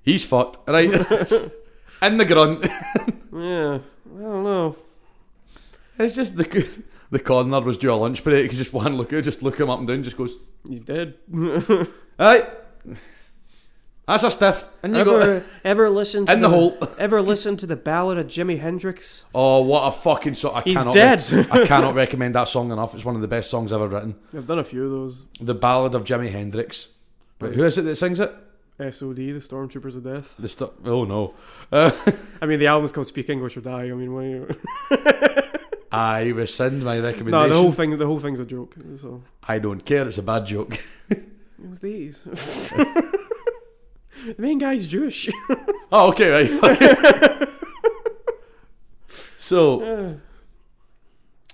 "He's fucked," right? In the grunt.
yeah. I don't know.
It's just the the coroner was due a lunch break. Just one look, just look him up and down, just goes,
He's dead.
"Right, that's a stiff," and you go
ever, ever listen to
in the hole.
Ever listen to the ballad of Jimi Hendrix?
Oh, what a fucking song! I
He's
cannot
dead.
I cannot recommend that song enough. It's one of the best songs ever written.
I've done a few of those.
The Ballad of Jimi Hendrix. Wait, who is it that sings it?
SOD, the Stormtroopers of Death.
The st- oh no. Uh,
I mean, the album's called Speak English or Die. I mean, what do you...
I rescind my recommendation.
no, the whole thing, the whole thing's a joke. So
I don't care. It's a bad joke.
it was these. the main guy's Jewish.
oh, okay, right. okay. so,
Yeah.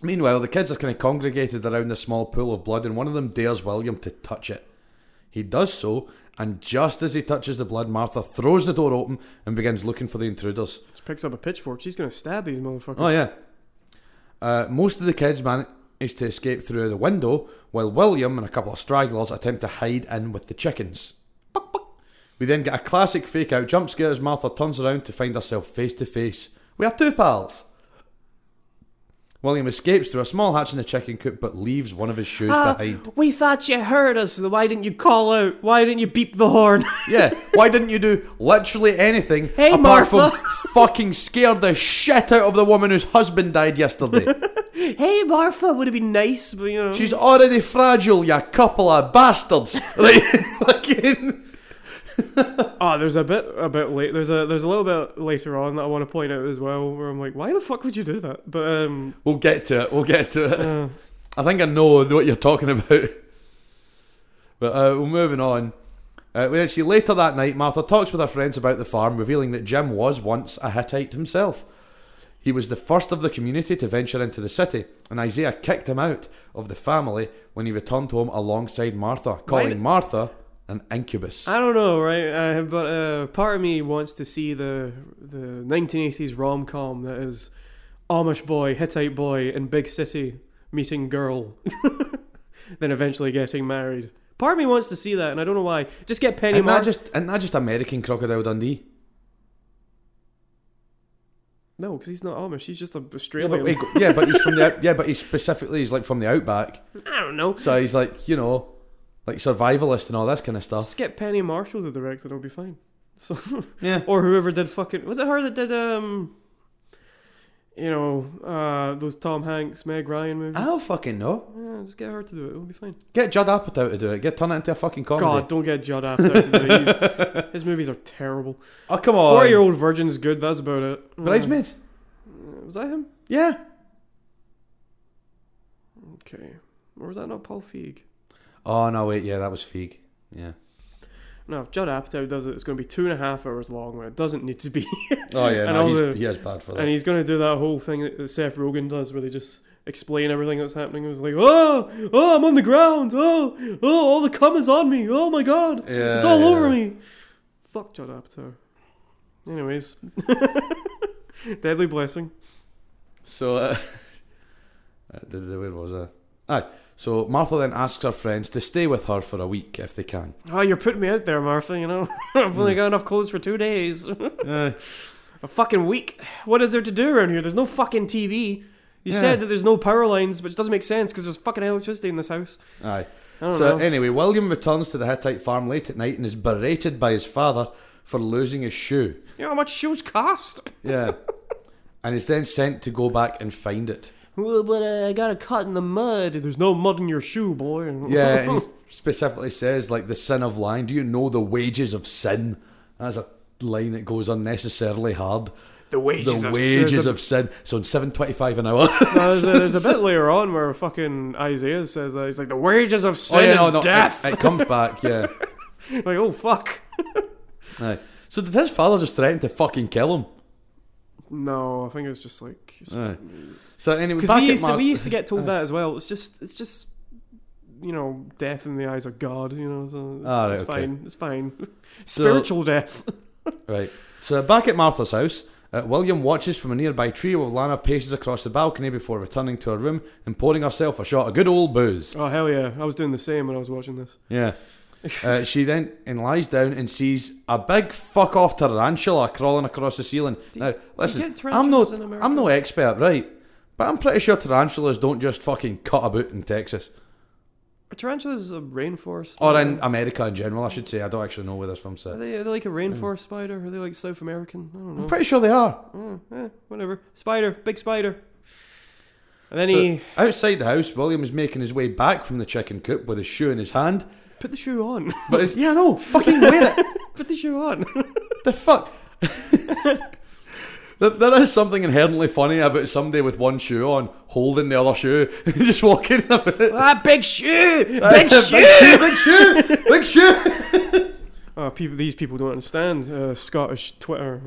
meanwhile, the kids are kind of congregated around the small pool of blood, and one of them dares William to touch it. He does so, and just as he touches the blood, Martha throws the door open and begins looking for the intruders.
Just picks up a pitchfork. She's gonna stab these motherfuckers.
Oh yeah. Uh, most of the kids manage to escape through the window, while William and a couple of stragglers attempt to hide in with the chickens. Buck, buck. We then get a classic fake out jump scare as Martha turns around to find herself face to face. We are two pals. William escapes through a small hatch in the chicken coop, but leaves one of his shoes
Ah.
behind.
we thought you heard us. Why didn't you call out? Why didn't you beep the horn?
Yeah, why didn't you do literally anything
Hey,
apart
Martha.
from fucking scare the shit out of the woman whose husband died yesterday?
hey, Martha, would it be nice? But you know,
She's already fragile, you couple of bastards. Like, fucking.
Oh, there's a bit a bit late. There's a there's a little bit later on that I want to point out as well, where I'm like, why the fuck would you do that? But um,
We'll get to it. We'll get to it.
uh,
I think I know what you're talking about. But uh, we're moving on. Uh, we then see later that night, Martha talks with her friends about the farm, revealing that Jim was once a Hittite himself. He was the first of the community to venture into the city, and Isaiah kicked him out of the family when he returned home alongside Martha, calling
did-
Martha an incubus.
I don't know, right? Uh, but uh, part of me wants to see the the 1980s rom com that is Amish boy, Hittite boy, in big city meeting girl, then eventually getting married. Part of me wants to see that, and I don't know why. Just get Penny
Isn't that
Mark.
just isn't that just American Crocodile Dundee?
No, because he's not Amish. He's just a
Yeah,
Australian.
but, he, yeah, but he's from the out- yeah, but he's specifically he's like from the outback,
I don't know.
so he's like you know, like survivalist and all this kind of stuff.
Just get Penny Marshall to direct, and it'll be fine. So.
Yeah,
or whoever did fucking was it her that did um you know, uh, those Tom Hanks, Meg Ryan movies.
I don't fucking know.
Yeah, just get her to do it. It'll be fine.
Get Judd Apatow to do it. Get turn it into a fucking comedy.
God, don't get Judd Apatow to do it. He's- His movies are terrible.
Oh come on.
Four Year Old Virgin's good. That's about it.
Bridesmaids.
Uh, was that him?
Yeah.
Okay. Or was that not Paul Feig?
Oh no, wait. Yeah, that was Feig. Yeah.
No, if Judd Apatow does it, it's going to be two and a half hours long when it doesn't need to be.
Oh yeah.
And
no,
all
he's,
the-
he is bad for that.
and he's going to do that whole thing that Seth Rogen does where they just explain everything that's happening. It was like, oh, oh, I'm on the ground. Oh, oh, all the cum is on me. Oh my God.
Yeah,
it's all
yeah.
over me. Fuck Judd Apatow. Anyways, Deadly Blessing.
So, uh, uh, the- the- where was I? Aye. So Martha then asks her friends to stay with her for a week if they can.
Oh, you're putting me out there, Martha, you know? I've
Hmm.
only got enough clothes for two days.
Uh,
A fucking week. What is there to do around here? There's no fucking TV. You
Yeah.
said that there's no power lines, which doesn't make sense because there's fucking electricity in this house.
aye.
I don't
So
know.
anyway, William returns to the Hittite farm late at night and is berated by his father for losing his shoe.
you know how much shoes cost?
Yeah. and is then sent to go back and find it.
Well, but uh, I got a cut in the mud. There's no mud in your shoe, boy.
Yeah, and he specifically says like the sin of lying. Do you know the wages of sin? That's a line that goes unnecessarily hard.
the wages.
the
of-
wages
there's a-
of sin. So in seven twenty-five an hour.
There's a, there's a bit later on where fucking Isaiah says that he's like the wages of
Oh,
sin is death.
It, it comes back, yeah.
like oh fuck.
Aye. So did his father just threaten to fucking kill him?
No, I think it's just like
Aye. So anyway,
because
back
we
at
used to,
Mar-
we used to get
uh,
told that as well. It's just it's just you know death in the eyes of God. You know, so it's,
Ah, right,
it's
okay.
fine. It's fine.
So-
Spiritual death.
right. So back at Martha's house, uh, William watches from a nearby tree while Lana paces across the balcony before returning to her room and pouring herself a shot of good old booze.
Oh hell yeah! I was doing the same when I was watching this.
Yeah. Uh, she then and lies down and sees a big fuck off tarantula crawling across the ceiling. now, listen,
get
I'm no,
tarantulas in America?
I'm no expert, right? But I'm pretty sure tarantulas don't just fucking cut about in Texas.
A tarantula is a rainforest.
Or
spider.
in America in general, I should say. I don't actually know where this from.
Are
So
they, are they like a rainforest spider? Are they like South American? I don't know.
I'm pretty sure they are.
Yeah, eh, whatever. Spider, big spider. And then
So,
he
outside the house, William is making his way back from the chicken coop with his shoe in his hand.
put the shoe on.
But it's, yeah, no, fucking wear it.
put the shoe on.
The fuck. There- There is something inherently funny about somebody with one shoe on holding the other shoe and just walking about.
ah, big shoe,
Big
Ah,
shoe, big shoe, big shoe.
Oh, people, these people don't understand uh, Scottish Twitter.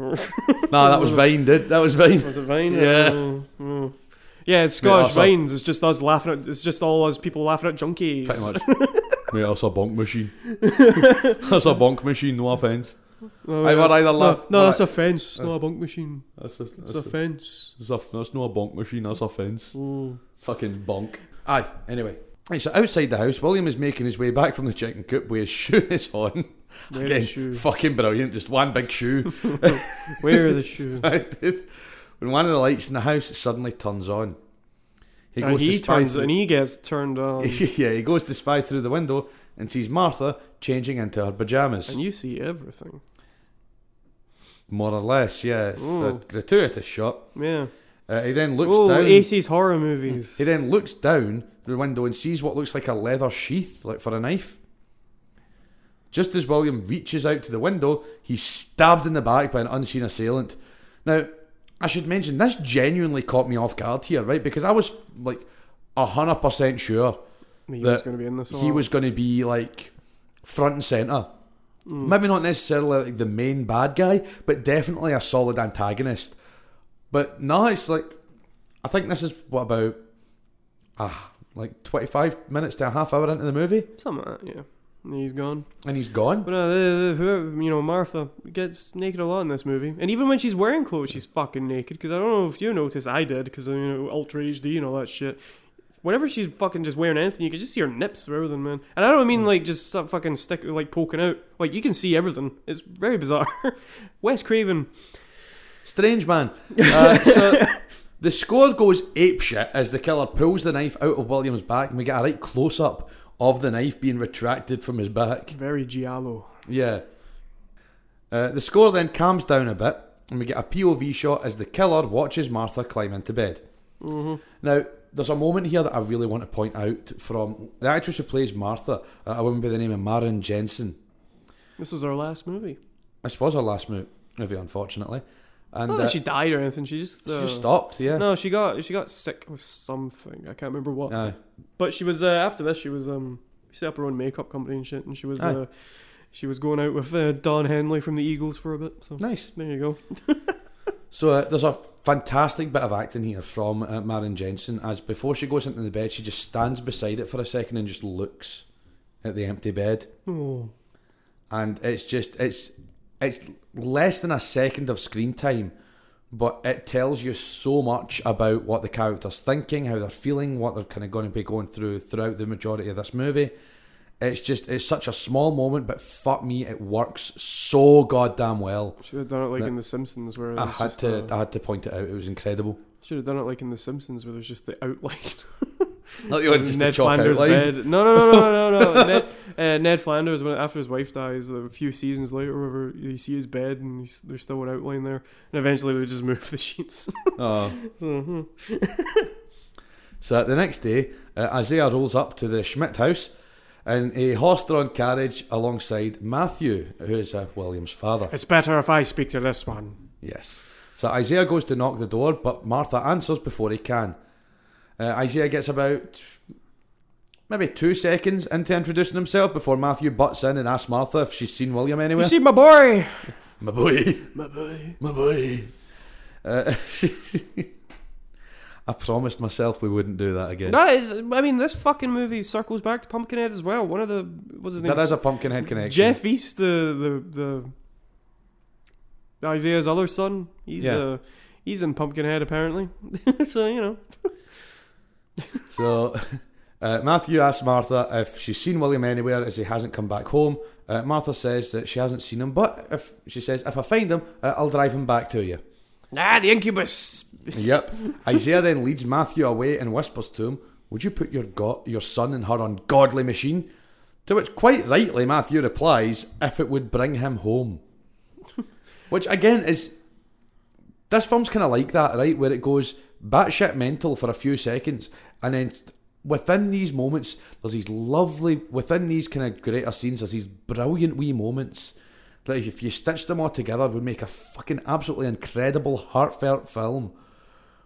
nah, that was Vine, dude. That was Vine.
Was it Vine?
Yeah.
Uh, uh, yeah, it's Scottish
Mate, I saw-
Vines. It's just us laughing at. It's just all us people laughing at junkies.
Pretty much. Mate, that's a bonk machine. that's a bonk machine, no offence.
No,
I would
Oh, that's-
either
no,
laugh-
No,
no,
that's
I-
offence. It's not a bunk machine.
That's a,
It's
that's, a,
offence.
that's, a, that's not a bonk machine, that's a fence.
Oh.
Fucking bonk. Aye, anyway. Right, so outside the house, William is making his way back from the chicken coop with his shoe is on.
Wear the
Again,
shoe.
fucking brilliant. Just one big shoe.
Wear the shoe.
I did. When one of the lights in the house suddenly turns on. He
and Uh, he
spy
turns
through-
and he gets turned on.
yeah, he goes to spy through the window and sees Martha changing into her pajamas.
and you see everything.
More or less, yeah. It's a
Ooh.
gratuitous shot.
Yeah.
Uh, he then looks
Oh,
down.
80s horror movies.
He then looks down through the window and sees what looks like a leather sheath, like for a knife. Just as William reaches out to the window, he's stabbed in the back by an unseen assailant. Now, I should mention this genuinely caught me off guard here, right? Because I was like hundred percent sure
he
that
was going to be in this.
he was going to be like front and center. Maybe not necessarily like the main bad guy, but definitely a solid antagonist. But no, it's like I think this is what about ah like twenty five minutes to a half hour into the movie,
Something like that, yeah. And he's gone.
and he's gone.
But uh, the- the- whoever, you know, Martha gets naked a lot in this movie. And even when she's wearing clothes, she's fucking naked. Because I don't know if you noticed, I did. Because, you know, Ultra HD and all that shit. Whenever she's fucking just wearing anything, you can just see her nips through everything, man. And I don't
Mm.
mean like just some fucking stick like poking out. Like you can see everything. It's very bizarre. Wes Craven.
Strange man. Uh, so the score goes apeshit as the killer pulls the knife out of William's back, and we get a right close up of the knife being retracted from his back.
Very giallo.
Yeah. Uh, the score then calms down a bit and we get a POV shot as the killer watches Martha climb into bed.
Mm-hmm.
Now, there's a moment here that I really want to point out from the actress who plays Martha, uh, a woman by the name of Marin Jensen.
This was her last movie.
I suppose her last mo- movie, unfortunately. And
Not
uh,
that she died or anything. She just,
she
Oh, uh,
just stopped, yeah.
No, she got she got sick with something. I can't remember what.
Aye.
But she was uh, after this. She was um she set up her own makeup company and shit, and she was
Aye.
uh, she was going out with uh, Don Henley from the Eagles for a bit. So
nice.
there you go.
So uh, there's a fantastic bit of acting here from uh, Marin Jensen as before she goes into the bed, she just stands beside it for a second and just looks at the empty bed.
Oh,
and it's just it's it's less than a second of screen time but it tells you so much about what the character's thinking how they're feeling what they're kind of going to be going through throughout the majority of this movie it's just it's such a small moment but fuck me it works so goddamn well
should have done it like
That-
in The Simpsons where
i
there's
had
just,
to
uh,
i had to point it out it was incredible
should have done it like in The Simpsons where there's just the outline.
not
Ned Flanders' bed. No, no, no, no, no, no. Ned, uh, Ned Flanders, when after his wife dies, a few seasons later, wherever you see his bed, and he's, there's still an outline there, and eventually they just move the sheets. so, hmm.
So the next day, uh, Isaiah rolls up to the Schmidt house in a horse-drawn carriage alongside Matthew, who is uh, William's father.
It's better if I speak to this one.
Yes. So Isaiah goes to knock the door, but Martha answers before he can. Uh, Isaiah gets about maybe two seconds into introducing himself before Matthew butts in and asks Martha if she's seen William
You
anywhere.
see, my boy.
My boy.
My boy.
My boy. Uh, I promised myself we wouldn't do that again.
That is, I mean, this fucking movie circles back to Pumpkinhead as well. One of the what's his name?
There is a Pumpkinhead connection.
Jeff East, the the the Isaiah's other son. He's
Yeah.
uh, he's in Pumpkinhead apparently. so you know,
So uh, Matthew asks Martha if she's seen William anywhere as he hasn't come back home. Uh, Martha says that she hasn't seen him, but if she says if I find him, uh, I'll drive him back to you.
ah, the Incubus.
Yep. Isaiah then leads Matthew away and whispers to him, "Would you put your go- your son in her ungodly machine?" To which, quite rightly, Matthew replies, "If it would bring him home," which again is this film's kind of like that, right? Where it goes batshit mental for a few seconds, and then within these moments, there's these lovely within these kind of greater scenes. There's these brilliant wee moments that if you stitched them all together, would make a fucking absolutely incredible, heartfelt film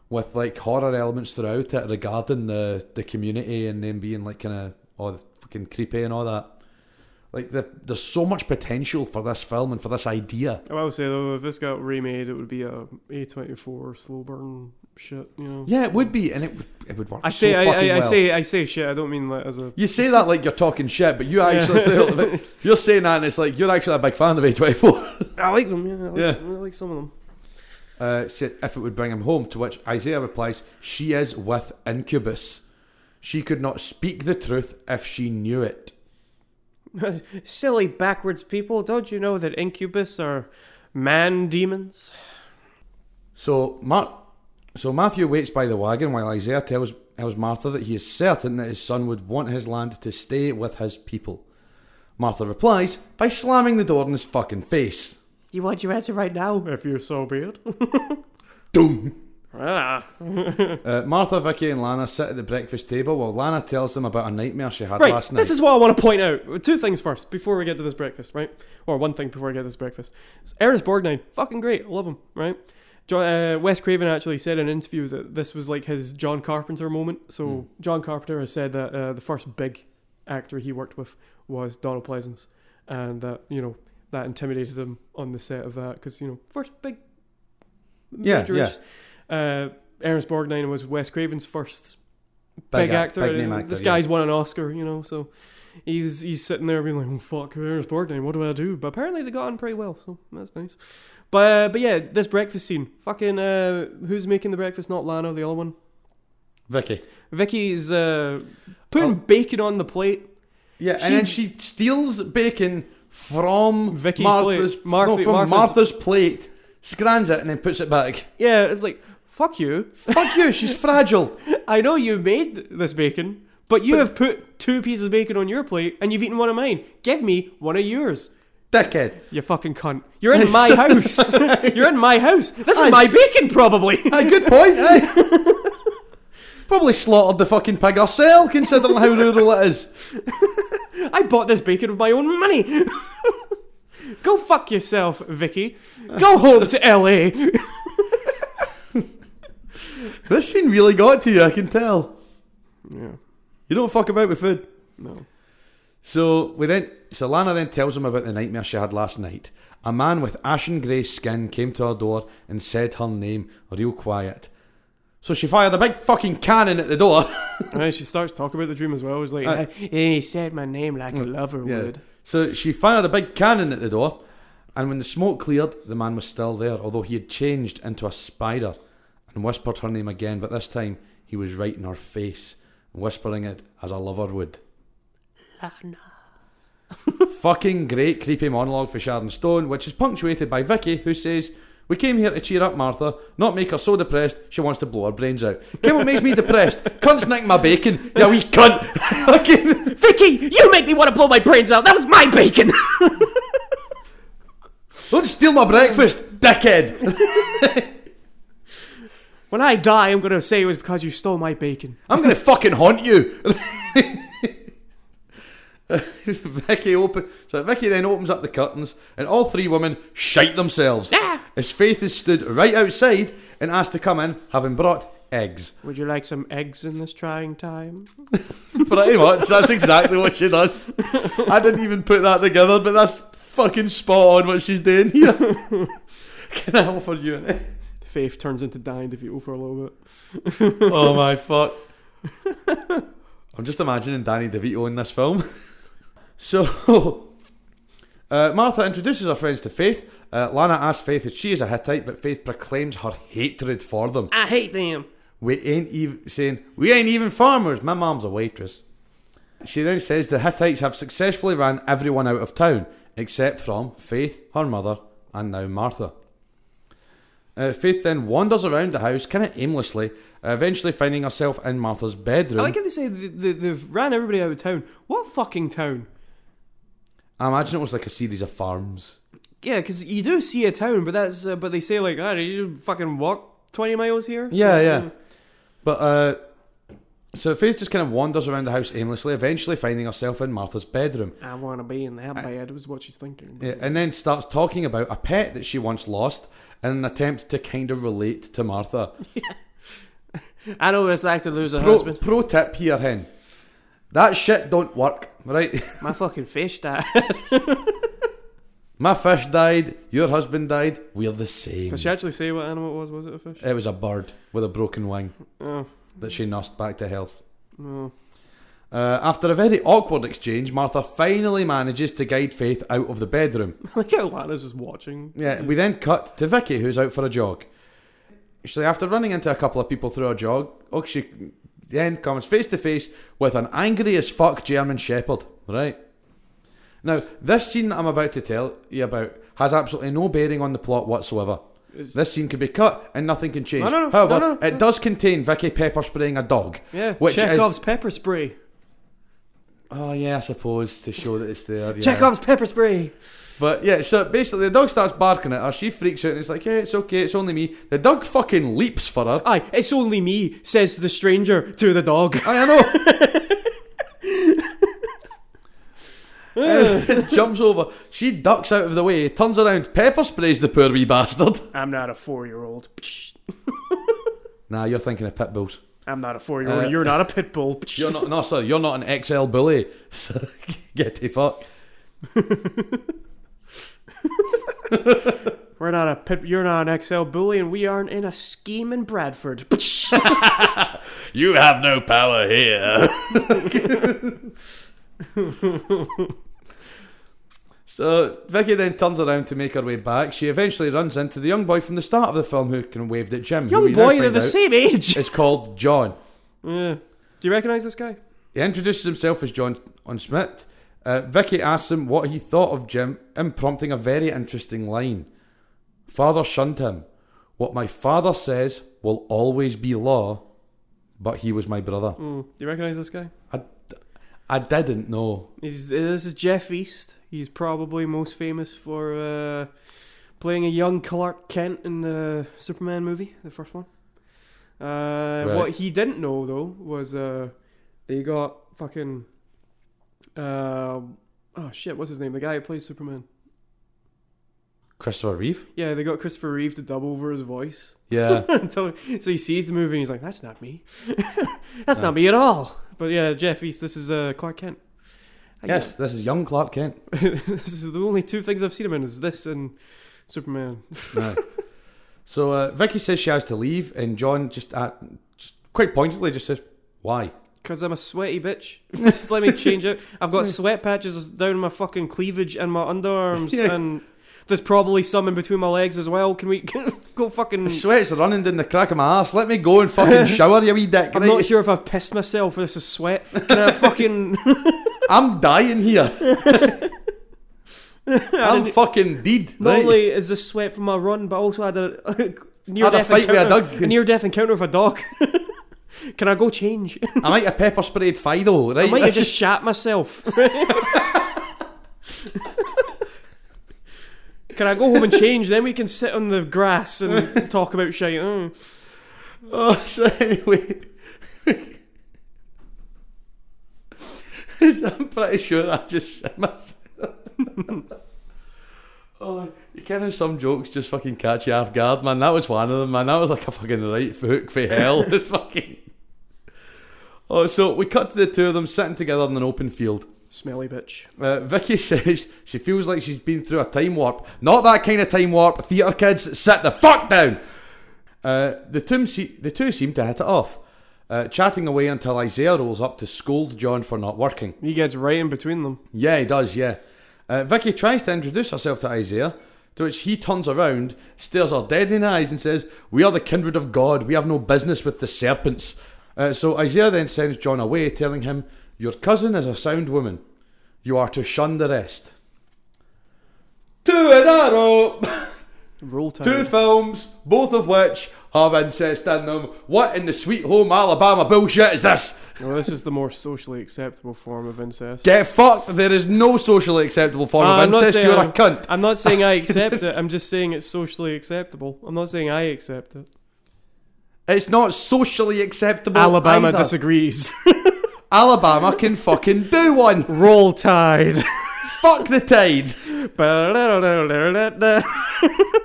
with like horror elements throughout it regarding the the community and them being like kind of oh fucking creepy and all that. Like the, there's so much potential for this film and for this idea.
I will say though, if this got remade, it would be a A twenty four slow burn shit. You know.
Yeah, it would be, and it would it would work.
I say
so
I,
fucking
I, I
well.
say I say shit. I don't mean like as a.
You say that like you're talking shit, but you actually you're saying that, and it's like you're actually a big fan of A24.
I like them. Yeah. I like,
Yeah.
Some, I like some of them.
Uh, said if it would bring him home, to which Isaiah replies, "She is with Incubus. She could not speak the truth if she knew it."
Silly backwards people, don't you know that incubus are man demons?
So Mar- so Matthew waits by the wagon while Isaiah tells tells Martha that he is certain that his son would want his land to stay with his people. Martha replies by slamming the door in his fucking face.
You want your answer right now? If you're so be it.
Doom.
ah.
Uh, Martha, Vicky, and Lana sit at the breakfast table while Lana tells them about a nightmare she had
Right,
last night.
this is what I want to point out. Two things first, before we get to this breakfast, right? Or one thing before we get to this breakfast. Eris Borgnine, fucking great, I love him, right? Jo- uh, Wes Craven actually said in an interview that this was like his John Carpenter moment. So
Hmm.
John Carpenter has said that uh, the first big actor he worked with was Donald Pleasance, and that you know that intimidated him on the set of that because you know first big
Yeah,
major-ish. Uh, Ernest Borgnine was Wes Craven's first
Big
big,
act-
actor.
big
and
name actor,
This
yeah.
guy's won an Oscar, you know, so he's he's sitting there being like, oh, "Fuck, where's Borgnine? What do I do?" But apparently they got on pretty well, so that's nice. But uh, but yeah, this breakfast scene, fucking uh, who's making the breakfast? Not Lana, the other one.
Vicky.
Vicky's uh, putting
Oh.
bacon on the plate.
Yeah,
She-
and then she steals bacon from
Vicky's
Martha's
plate. Martha-
no, from
Martha's-
Martha's, plate, scrans it, and then puts it back.
Yeah, it's like, fuck you.
Fuck you, she's fragile.
I know you made this bacon, but you have put two pieces of bacon on your plate and you've eaten one of mine. Give me one of yours.
dickhead.
You fucking cunt. You're in my house. You're in my house. This is
Aye.
my bacon, probably.
Aye, good point, aye. Probably slaughtered the fucking pig ourselves, considering how rural it is.
I bought this bacon with my own money. Go fuck yourself, Vicky. Go home to LA.
This scene really got to you, I can tell.
yeah,
You don't fuck about with food.
no.
So we then so Lana then tells him about the nightmare she had last night. A man with ashen grey skin came to her door and said her name real quiet. So she fired a big fucking cannon at the door.
And then she starts talking about the dream as well. It's like,
Uh,
"Eh, he said my name like a lover
Yeah.
would.
So she fired a big cannon at the door, and when the smoke cleared, the man was still there, although he had changed into a spider and whispered her name again, but this time he was right in her face, whispering it as a lover would.
Lana.
Fucking great creepy monologue for Sharon Stone, which is punctuated by Vicky, who says, We came here to cheer up Martha, not make her so depressed she wants to blow her brains out. Kim, what makes me depressed? Cunt's nicking my bacon. Yeah, we cunt. Fucking.
Vicky, you make me want to blow my brains out. That was my bacon.
Don't steal my breakfast, dickhead.
when I die, I'm going to say it was because you stole my bacon.
I'm gonna fucking haunt you. Vicky open so Vicky then opens up the curtains and all three women shite themselves.
Ah!
As Faith is stood right outside and asked to come in, having brought eggs.
Would you like some eggs in this trying time?
Pretty much, that's exactly what she does. I didn't even put that together, but that's fucking spot on what she's doing here. Can I offer you an egg?
Faith turns into Dying DeVito for a little bit.
Oh my fuck. I'm just imagining Danny DeVito in this film. So, uh, Martha introduces her friends to Faith. Uh, Lana asks Faith if she is a Hittite, but Faith proclaims her hatred for them.
I hate them.
We ain't even saying we ain't even farmers. My mom's a waitress. She then says the Hittites have successfully ran everyone out of town except from Faith, her mother, and now Martha. Uh, Faith then wanders around the house, kind of aimlessly, uh, eventually finding herself in Martha's bedroom.
Oh, I like how they say th- th- they've ran everybody out of town. What fucking town?
I imagine it was like a series of farms.
Yeah, because you do see a town, but that's uh, but they say like, ah, did you fucking walk twenty miles here?
Yeah, yeah. But uh, so Faith just kind of wanders around the house aimlessly, eventually finding herself in Martha's bedroom.
uh, I want to be in that bed was what she's thinking.
Yeah, and then starts talking about a pet that she once lost in an attempt to kind of relate to Martha.
I know what it's like to lose a
Pro,
husband.
pro tip here, Hen. That shit don't work, right?
My fucking fish died.
My fish died, your husband died, we're the same.
Did she actually say what animal it was? Was it a fish?
It was a bird with a broken wing
Oh,
that she nursed back to health.
no.
Uh, after a very awkward exchange, Martha finally manages to guide Faith out of the bedroom.
like how Lana's just watching.
Yeah, we then cut to Vicky, who's out for a jog. Actually, after running into a couple of people through a jog, oh, she then comes face to face with an angry as fuck German Shepherd, right? Now, this scene that I'm about to tell you about has absolutely no bearing on the plot whatsoever.
It's-
This scene could be cut and nothing can change.
No, no, no,
However,
no, no,
it
no.
does contain Vicky pepper spraying a dog.
Yeah,
Which is-
Chekhov's pepper spray.
Oh, yeah, I suppose, to show that it's there. Yeah.
Chekhov's pepper spray.
But yeah, so basically the dog starts barking at her. She freaks out and it's like, hey, it's okay, it's only me. The dog fucking leaps for her.
Aye, it's only me, says the stranger to the dog.
I, I know. And jumps over. She ducks out of the way, turns around, pepper sprays the poor wee bastard.
I'm not a four-year-old.
Nah, you're thinking of pit bulls.
I'm not a four-year-old.
Uh,
You're not a pit bull.
You're not. No, sir. You're not an XL bully. So get the fuck.
We're not a pit. You're not an XL bully, and we aren't in a scheme in Bradford.
You have no power here. so Vicky then turns around to make her way back. She eventually runs into the young boy from the start of the film who can waved at Jim. who we
Young
now
boy, they're
find
the
out
same age.
Is called John.
Yeah. Do you recognise this guy?
He introduces himself as John on Smith. Uh, Vicky asks him what he thought of Jim, and prompting a very interesting line. Father shunned him. What my father says will always be law, but he was my brother.
Mm. Do you recognise this guy?
I, I didn't know.
He's, this is Jeff East. He's probably most famous for uh, playing a young Clark Kent in the Superman movie, the first one. Uh,
Right.
What he didn't know though was uh, they got fucking uh, oh shit, what's his name? The guy who plays Superman.
Christopher Reeve?
Yeah, they got Christopher Reeve to dub over his voice.
Yeah.
Until, so he sees the movie and he's like, "That's not me. That's not me at all." But yeah, Jeff East. This is uh, Clark Kent. I
yes, this is young Clark Kent.
this is the only two things I've seen him in is this and Superman.
Aye. so uh, Vicky says she has to leave, and John just, uh, just quite pointedly just says, "Why?"
Cause I'm a sweaty bitch. Just let me change it. I've got sweat patches down my fucking cleavage and my underarms,
Yeah.
and there's probably some in between my legs as well. Can we go fucking?
The sweat's running down the crack of my ass. Let me go and fucking shower, you wee dick.
I'm
right?
not sure if I've pissed myself. This is sweat. Can I fucking?
I'm dying here. I'm
didn't-
fucking dead.
Not
right?
only is this sweat from my run, but also I had a near
Had a
death
fight with a
encounter.
dog.
near death encounter with a dog. Can I go change?
I might have pepper sprayed Fido, right?
I might have just shat myself. can I go home and change? Then we can sit on the grass and talk about shit. Mm.
Oh, so anyway. I'm pretty sure I just shit myself. oh, you kind of some jokes just fucking catch you off guard, man. That was one of them, man. That was like a fucking right hook for hell. It's fucking. Oh, so we cut to the two of them sitting together in an open field.
Smelly bitch.
Uh, Vicky says she feels like she's been through a time warp. Not that kind of time warp. Theatre kids, sit the fuck down. Uh, the, two se- the two seem to hit it off, uh, chatting away until Isaiah rolls up to scold John for not working.
He gets right in between them.
Yeah, he does, yeah. Uh, Vicky tries to introduce herself to Isaiah, to which he turns around, stares her dead in the eyes, and says, We are the kindred of God. We have no business with the serpents. Uh, so Isaiah then sends John away, telling him, Your cousin is a sound woman. You are to shun the rest. Two in a row!
Roll time.
Two films, both of which have incest in them. What in the sweet home Alabama bullshit is this?
Well, this is the more socially acceptable form of incest.
Get fucked! There is no socially acceptable form
Uh,
of
I'm not
incest.
saying
You're a
I'm-
cunt.
I'm not saying I accept it. I'm just saying it's socially acceptable. I'm not saying I accept it.
It's not socially acceptable.
Alabama
either.
disagrees.
Alabama can fucking do one.
Roll Tide.
Fuck the tide.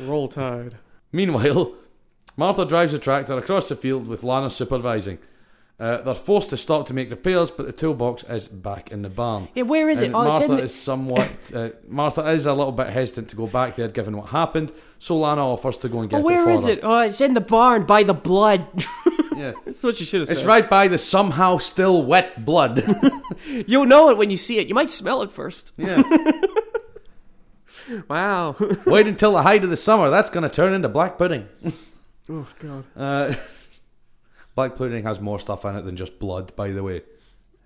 Roll Tide.
Meanwhile, Martha drives the tractor across the field with Lana supervising. Uh, they're forced to stop to make repairs, but the toolbox is back in the barn.
Yeah, where is it?
And
Oh, it's
Martha
in the...
is somewhat. Uh, Martha is a little bit hesitant to go back there given what happened, so Lana offers to go and get
Oh,
it
where
for
is
her.
it? Oh, it's in the barn by the blood.
Yeah.
That's what you should have said.
It's right by the somehow still wet blood.
You'll know it when you see it. You might smell it first.
yeah.
Wow.
Wait until the height of the summer. That's going to turn into black pudding.
oh God.
Uh, black pudding has more stuff in it than just blood, by the way.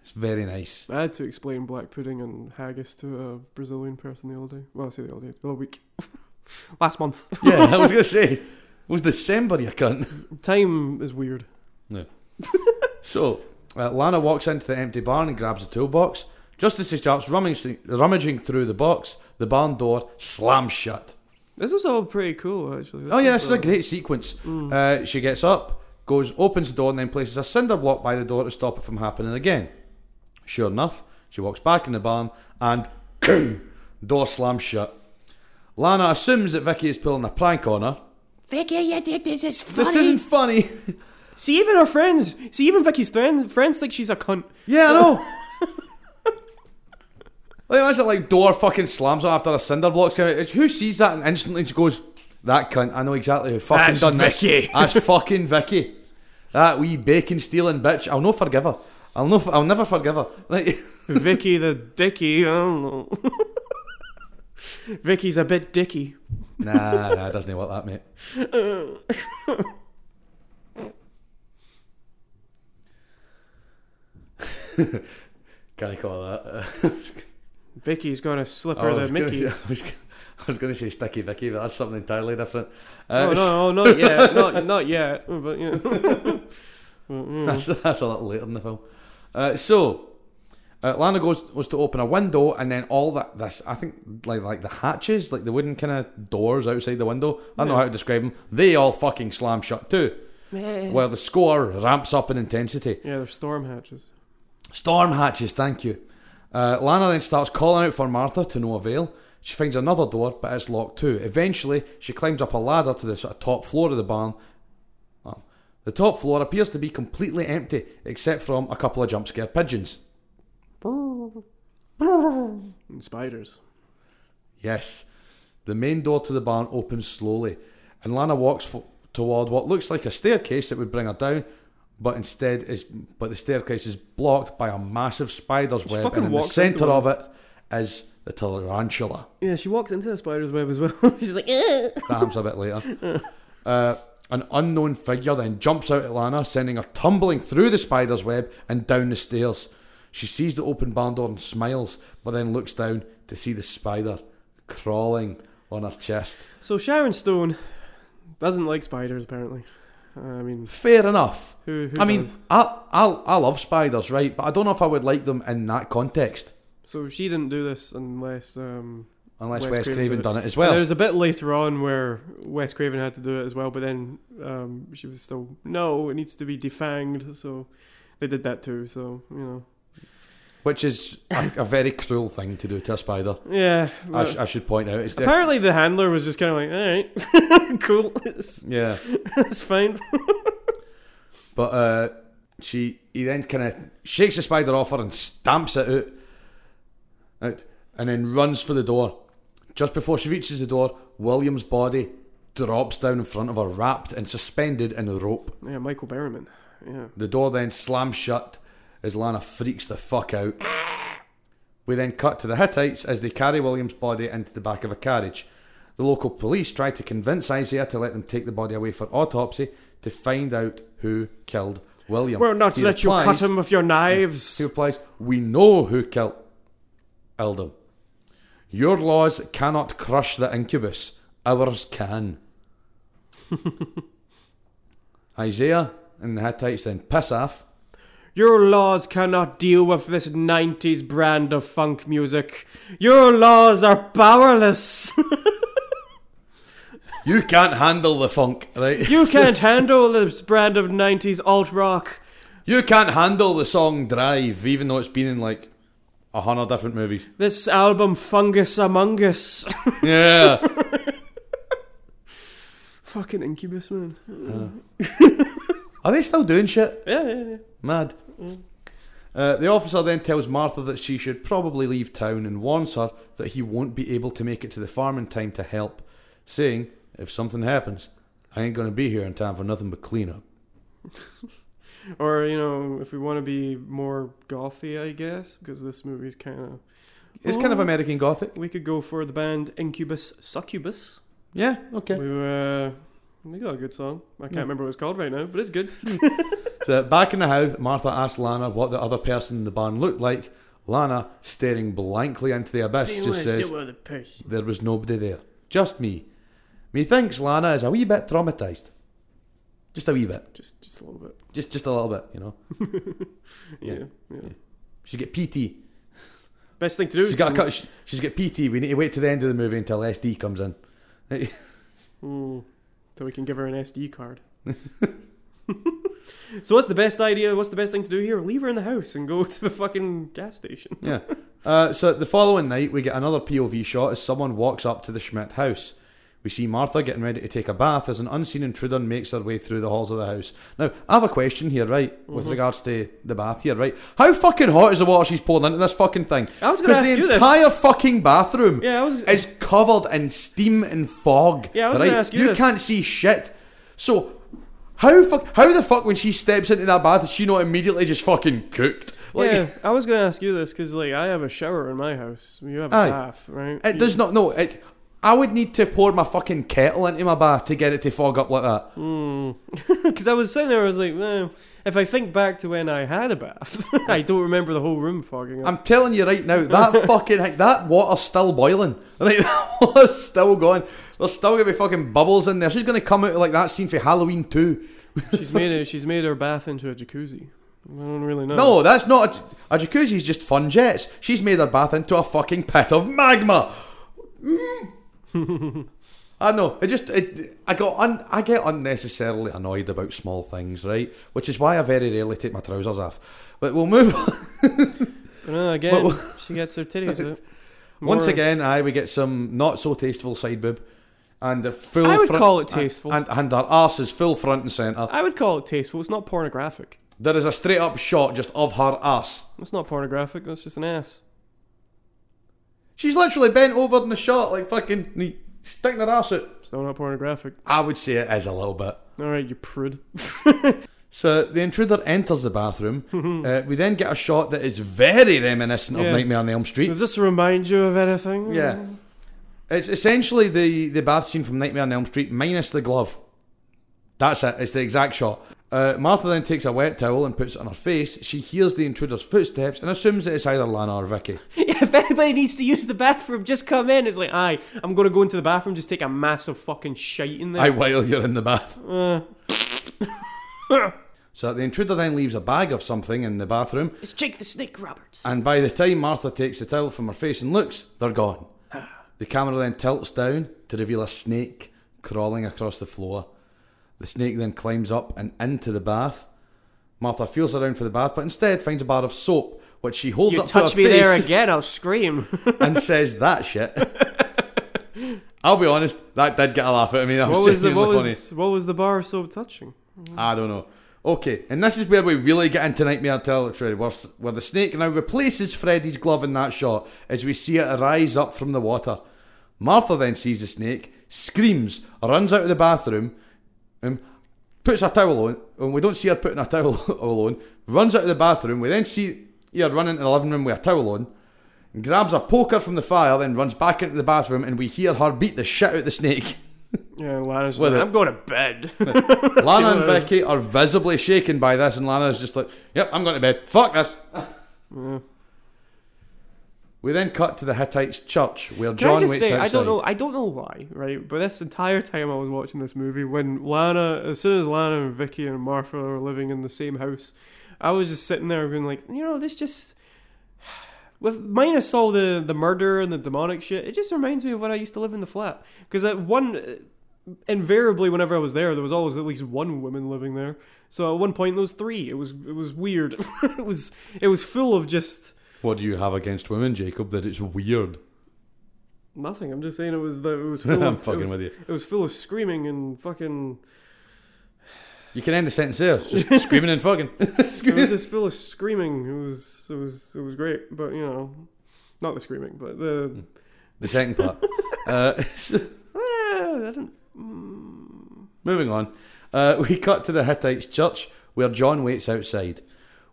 It's very nice.
I had to explain black pudding and haggis to a Brazilian person the other day. Well, I say the other day, the other week, last month.
Yeah, I was going to say, it was December, you cunt.
Time is weird.
So, uh, Lana walks into the empty barn and grabs a toolbox. Just as she starts rummaging, rummaging through the box, the barn door slams shut.
This was all pretty cool, actually.
Oh, yeah, this
was,
is a
uh,
great sequence. Uh, she gets up, goes, opens the door, and then places a cinder block by the door to stop it from happening again. Sure enough, she walks back in the barn and door slams shut. Lana assumes that Vicky is pulling a prank on her.
Vicky, you did this is funny.
This isn't funny.
See, even her friends, see, even Vicky's friend, friends think she's a cunt.
yeah, I know. like, imagine like door fucking slams her after a cinder block's coming. out. It's- Who sees that and instantly she goes, "That cunt! I know exactly who fucking
That's
done this.
Vicky."
That's fucking Vicky. That wee bacon stealing bitch. I'll no forgive her. I'll no. I'll never forgive her. Like,
Vicky the dicky, I don't know. Vicky's a bit dicky.
nah, nah, doesn't want that, mate. Can I call that?
Vicky's gonna slip
Oh, I
her
was
the
gonna say-
Mickey.
I was, I was going to say Sticky Vicky, but that's something entirely different.
Oh
Uh,
no, no, not yet, not not yet. But you know.
that's, that's a little later in the film. Uh, so Atlanta goes was to open a window, and then all that this I think like like the hatches, like the wooden kind of doors outside the window. I don't know how to describe them. They all fucking slam shut too. While the score ramps up in intensity.
Yeah, there's storm hatches.
Storm hatches, thank you. Uh, Lana then starts calling out for Martha to no avail. She finds another door, but it's locked too. Eventually, she climbs up a ladder to the sort of top floor of the barn. Um, the top floor appears to be completely empty, except from a couple of jump scare pigeons.
And spiders.
Yes. The main door to the barn opens slowly, and Lana walks f- toward what looks like a staircase that would bring her down, but instead is but the staircase is blocked by a massive spider's web,
fucking
and in the
walks
centre
into
of it is the tarantula.
Yeah, she walks into the spider's web as well. She's like,
That happens a bit later. Uh, an unknown figure then jumps out at Lana, sending her tumbling through the spider's web and down the stairs. She sees the open barn door and smiles, but then looks down to see the spider crawling on her chest.
so Sharon Stone doesn't like spiders apparently. Uh, I mean,
Fair enough.
who? who
I mean,
does?
I, I I love spiders, right? But I don't know if I would like them in that context,
so she didn't do this unless. Um,
unless
Wes
Wes
Craven
Craven
did it.
done it as
There
well.
was a bit later on where Wes Craven had to do it as well, but then um, she was still no, it needs to be defanged. So they did that too. So you know,
Which is a, a very cruel thing to do to a spider.
yeah.
I,
well,
sh- I should point out. It's the,
apparently, the handler was just kind of like, all right, cool, it's,
yeah.
it's fine.
But uh, she he then kind of shakes the spider off her and stamps it out, out, and then runs for the door. Just before she reaches the door, William's body drops down in front of her, wrapped and suspended in a rope.
Yeah, Michael Berryman. Yeah,
The door then slams shut as Lana freaks the fuck out. We then cut to the Hittites as they carry William's body into the back of a carriage. The local police try to convince Isaiah to let them take the body away for autopsy to find out who killed William.
we're not
He
let you cut
replies-
him with your knives.
He replies, We know who killed him. Your laws cannot crush the incubus, ours can. Isaiah and the Hittites then piss off.
Your laws cannot deal with this 90s brand of funk music. Your laws are powerless.
You can't handle the funk, right?
you can't handle this brand of 90s alt rock.
You can't handle the song Drive, even though it's been in like a hundred different movies.
This album, Fungus Among Us.
Yeah.
Fucking incubus, man.
Are they still doing shit?
Yeah, yeah, yeah.
Mad. Uh, the officer then tells Martha that she should probably leave town and warns her that he won't be able to make it to the farm in time to help, saying, If something happens, I ain't going to be here in time for nothing but cleanup.
Or, you know, if we want to be more gothy, I guess, because this movie's kind of.
It's kind of American Gothic.
We could go for the band Incubus Succubus.
Yeah, okay.
We were. They got a good song. I can't remember what it's called right now, but it's good.
So back in the house, Martha asks Lana what the other person in the barn looked like. Lana, staring blankly into the abyss, just says, There was nobody there. Just me. Methinks Lana is a wee bit traumatised. Just a wee bit.
Just, just a little bit.
Just just a little bit, you know.
Yeah,
Yeah.
yeah.
She's got PT.
Best thing to do.
She's
is
got a
to-
cut. she- She's got PT. We need to wait till the end of the movie until SD comes in.
Ooh, so we can give her an SD card. so what's the best idea? What's the best thing to do here? Leave her in the house and go to the fucking gas station.
Yeah. Uh, so the following night, we get another POV shot as someone walks up to the Schmidt house. We see Martha getting ready to take a bath as an unseen intruder makes her way through the halls of the house. Now, I have a question here, right, with
Mm-hmm.
regards to the bath here, right? How fucking hot is the water she's pouring into this fucking thing?
I was gonna ask
the
you this.
entire fucking bathroom
Yeah, I was.
is covered in steam and fog.
Yeah, I was
right?
gonna ask you this.
can't see shit. So how fuck how the fuck when she steps into that bath is she not immediately just fucking cooked? Like
yeah, I was gonna ask you this because like I have a shower in my house. You have a
Aye.
bath, right?
it does not no it I would need to pour my fucking kettle into my bath to get it to fog up like that.
Because I was sitting there, I was like, well, if I think back to when I had a bath, I don't remember the whole room fogging up.
I'm telling you right now, that fucking heck, that water's still boiling. Like that water's still going. There's still gonna be fucking bubbles in there. She's gonna come out like that scene for Halloween too.
she's made it. She's made her bath into a jacuzzi. I don't really know.
No, that's not a, a jacuzzi's just fun jets. She's made her bath into a fucking pit of magma. Mm. I know. It just it, I got un, I get unnecessarily annoyed about small things, right? Which is why I very rarely take my trousers off. But we'll move on.
But no, again, she gets her titties out.
Once
More-
again, I we get some not so tasteful side boob and a full
I would
front,
call it tasteful.
And, and our arse is full front and centre.
I would call it tasteful. It's not pornographic.
There is a straight up shot just of her ass.
It's not pornographic. That's just an ass.
She's literally bent over in the shot, like fucking sticking her ass out.
Still not pornographic.
I would say it is a little bit.
All right, you prude.
So the intruder enters the bathroom. uh, we then get a shot that is very reminiscent
Yeah.
of Nightmare on Elm Street.
Does this remind you of anything?
Yeah. It's essentially the, the bath scene from Nightmare on Elm Street minus the glove. That's it, it's the exact shot. Uh, Martha then takes a wet towel and puts it on her face. She hears the intruder's footsteps and assumes that it's either Lana or Vicky.
Yeah, if anybody needs to use the bathroom, just come in. It's like, aye, I'm going to go into the bathroom, just take a massive fucking shite in there.
I while you're in the bath. so the intruder then leaves a bag of something in the bathroom,
It's Jake the Snake Roberts.
and by the time Martha takes the towel from her face and looks, they're gone.
Ah.
The camera then tilts down to reveal a snake crawling across the floor. The snake then climbs up and into the bath. Martha feels around for the bath, but instead finds a bar of soap, which she holds
you
up to her
touch me
face
there again, I'll scream.
and says that shit. I'll be honest, that did get a laugh out of me. That
what
was
was the what
genuinely funny.
was, what was the bar so touching?
Mm-hmm. I don't know. Okay, and this is where we really get into Nightmare territory, where, where the snake now replaces Freddy's glove in that shot as we see it rise up from the water. Martha then sees the snake, screams, runs out of the bathroom, um, puts a towel on, and we don't see her putting a towel on, runs out of the bathroom. We then see her run into the living room with a towel on, grabs a poker from the fire, then runs back into the bathroom, and we hear her beat the shit out of the snake.
Yeah, Lana's
With
like,
it.
I'm going to bed.
Lana and Vicky are visibly shaken by this, and Lana's just like, "Yep, I'm going to bed. Fuck this."
Mm.
We then cut to the Hittites' church where
Can I
John
just
waits
say,
outside.
I don't know, I don't know why, right? But this entire time I was watching this movie, when Lana, as soon as Lana and Vicky and Martha were living in the same house, I was just sitting there being like, you know, this just with minus all the the murder and the demonic shit, it just reminds me of when I used to live in the flat. Because at one, uh, invariably, whenever I was there, there was always at least one woman living there. So at one point, there was three. It was it was weird. it was it was full of just.
What do you have against women, Jacob? That it's weird.
Nothing. I'm just saying it was the it was full
I'm
of,
fucking
it was,
with you.
It was full of screaming and fucking.
You can end the sentence there. Just screaming and fucking.
It was just full of screaming. It was it was it was great, but you know, not the screaming, but the.
the second part. Uh,
Ah, I don't. mm,
Moving on, uh, we cut to the Hittites' church where John waits outside,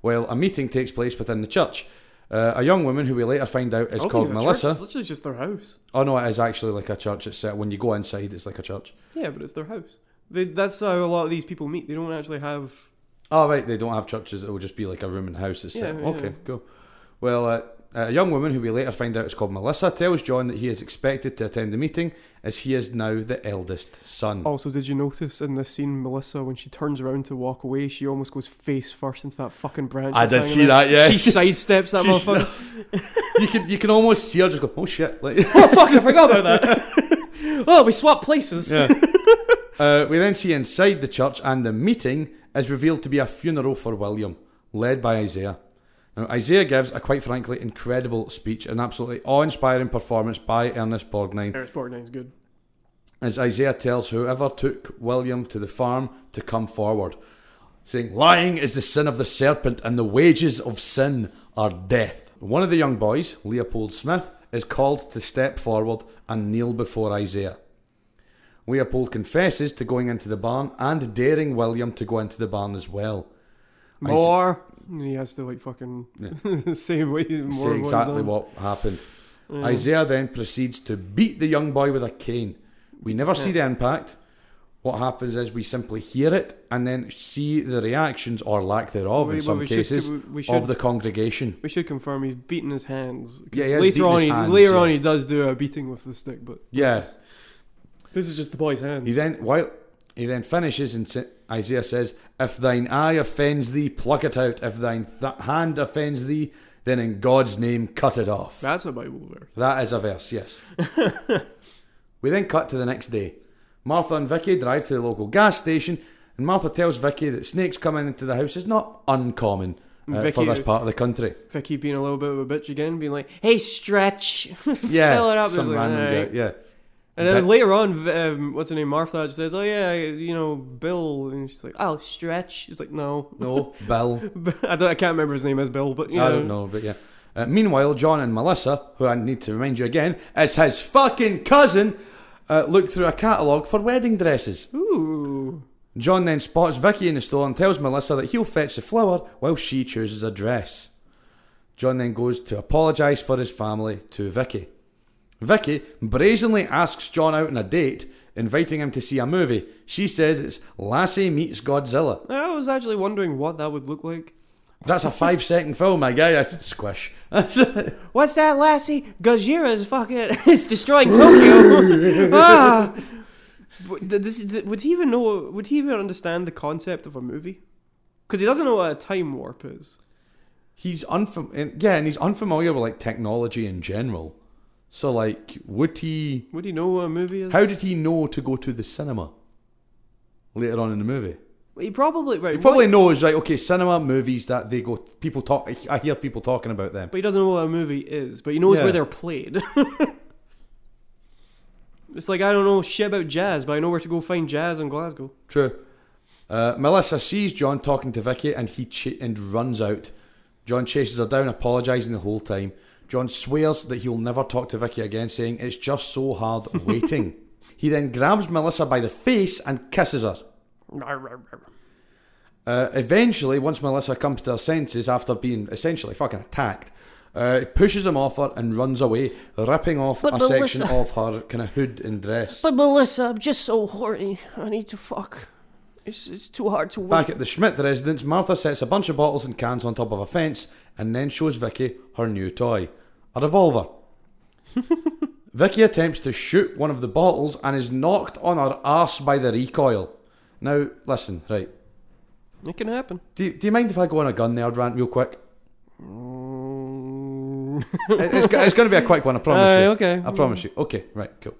while a meeting takes place within the church. Uh, a young woman who we later find out is
I don't think
called
Oh, a church,
Melissa.
It's literally just their house.
Oh no, it is actually like a church. It's uh, when you go inside, it's like a church.
Yeah, but it's their house. They, that's how a lot of these people meet. They don't actually have.
Oh right, they don't have churches. It will just be like a room and house. It's
Yeah,
set.
yeah.
okay, cool. Well, uh, a young woman who we later find out is called Melissa tells John that he is expected to attend the meeting as he is now the eldest son.
Also, did you notice in this scene, Melissa, when she turns around to walk away, she almost goes face first into that fucking branch.
I
that's
did
hanging
see
there.
that, yeah.
She sidesteps that
She's-
motherfucker.
You can you can almost see her just go, oh shit. Like,
oh fuck, I forgot about that. oh, we swapped places.
Yeah. uh, we then see inside the church, and the meeting is revealed to be a funeral for William, led by Isaiah. Now, Isaiah gives a quite frankly incredible speech, an absolutely awe-inspiring performance by Ernest Borgnine.
Harris Borgnine's good.
as Isaiah tells whoever took William to the farm to come forward, saying, Lying is the sin of the serpent, and the wages of sin are death. One of the young boys, Leopold Smith, is called to step forward and kneel before Isaiah. Leopold confesses to going into the barn and daring William to go into the barn as well. Isa-
More. He has to like fucking say what he, more
say
of Mm.
exactly
what.
what happened. Isaiah then proceeds to beat the young boy with a cane. We never see the impact. What happens is we simply hear it and then see the reactions or lack thereof
We-
in
but
some
we should-
cases
we- we should-
of the congregation.
We should confirm he's beating his hands. 'cause
Yeah, he has beaten
later on,
his
he,
hands,
later
yeah.
on, he does do a beating with the stick, but
Yeah.
this is, this is just the boy's hands.
He then while He then finishes and sa- Isaiah says, If thine eye offends thee, pluck it out. If thine th- hand offends thee, then in God's name cut it off.
That's a Bible verse.
That is a verse, yes. we then cut to the next day. Martha and Vicky drive to the local gas station, and Martha tells Vicky that snakes coming into the house is not uncommon uh, for
Vicky-
this part of the country.
Vicky being a little bit of a bitch again, being like, "Hey, stretch,
Yeah,
fill it up." It's
some
like,
random
"Alright."
guy. Yeah,
And then
That-
later on, um, what's her name, Martha says, "Oh yeah, you know Bill," and she's like, "Oh, stretch." She's like, "No,
no, Bill.
I don't. I can't remember his name as Bill, but you
I don't know, but yeah. Uh, meanwhile, John and Melissa, who I need to remind you again, is his fucking cousin, uh, look through a catalogue for wedding dresses.
Ooh,
John then spots Vicky in the store and tells Melissa that he'll fetch the flower while she chooses a dress. John then goes to apologise for his family to Vicky. Vicky brazenly asks John out on a date, inviting him to see a movie. She says it's Lassie Meets Godzilla.
I was actually wondering what that would look like.
That's a five second film, my guy. That's squish.
What's that, Lassie? Gojira's fucking is destroying Tokyo. ah. But th- this- th- Would he even know? Would he even understand the concept of a movie? Because he doesn't know what a time warp is.
he's unfam- yeah, and he's unfamiliar with like technology in general. So like, would he?
Would he know what a movie is?
How did he know to go to the cinema later on in the movie?
He probably right.
He probably knows, right? Okay, cinema movies that they go. People talk. I hear people talking about them.
But he doesn't know what a movie is, but he knows
Yeah.
where they're played. it's like I don't know shit about jazz, but I know where to go find jazz in Glasgow.
True. Uh, Melissa sees John talking to Vicky, and he ch- and runs out. John chases her down, apologising the whole time. John swears that he will never talk to Vicky again, saying it's just so hard waiting. he then grabs Melissa by the face and kisses her. Uh, eventually, once Melissa comes to her senses after being essentially fucking attacked, uh, pushes him off her and runs away, ripping off a section of her kind of hood and dress.
But Melissa, I'm just so horny. I need to fuck. It's, it's too hard to wait.
Back at the Schmidt residence, Martha sets a bunch of bottles and cans on top of a fence and then shows Vicky her new toy a revolver. Vicky attempts to shoot one of the bottles and is knocked on her arse by the recoil. Now, listen, right.
It can happen.
Do, do you mind if I go on a gun nerd rant real quick? It- it's, go- it's going to be a quick one, I promise
Aye,
you.
okay.
I promise you. Okay, right, cool.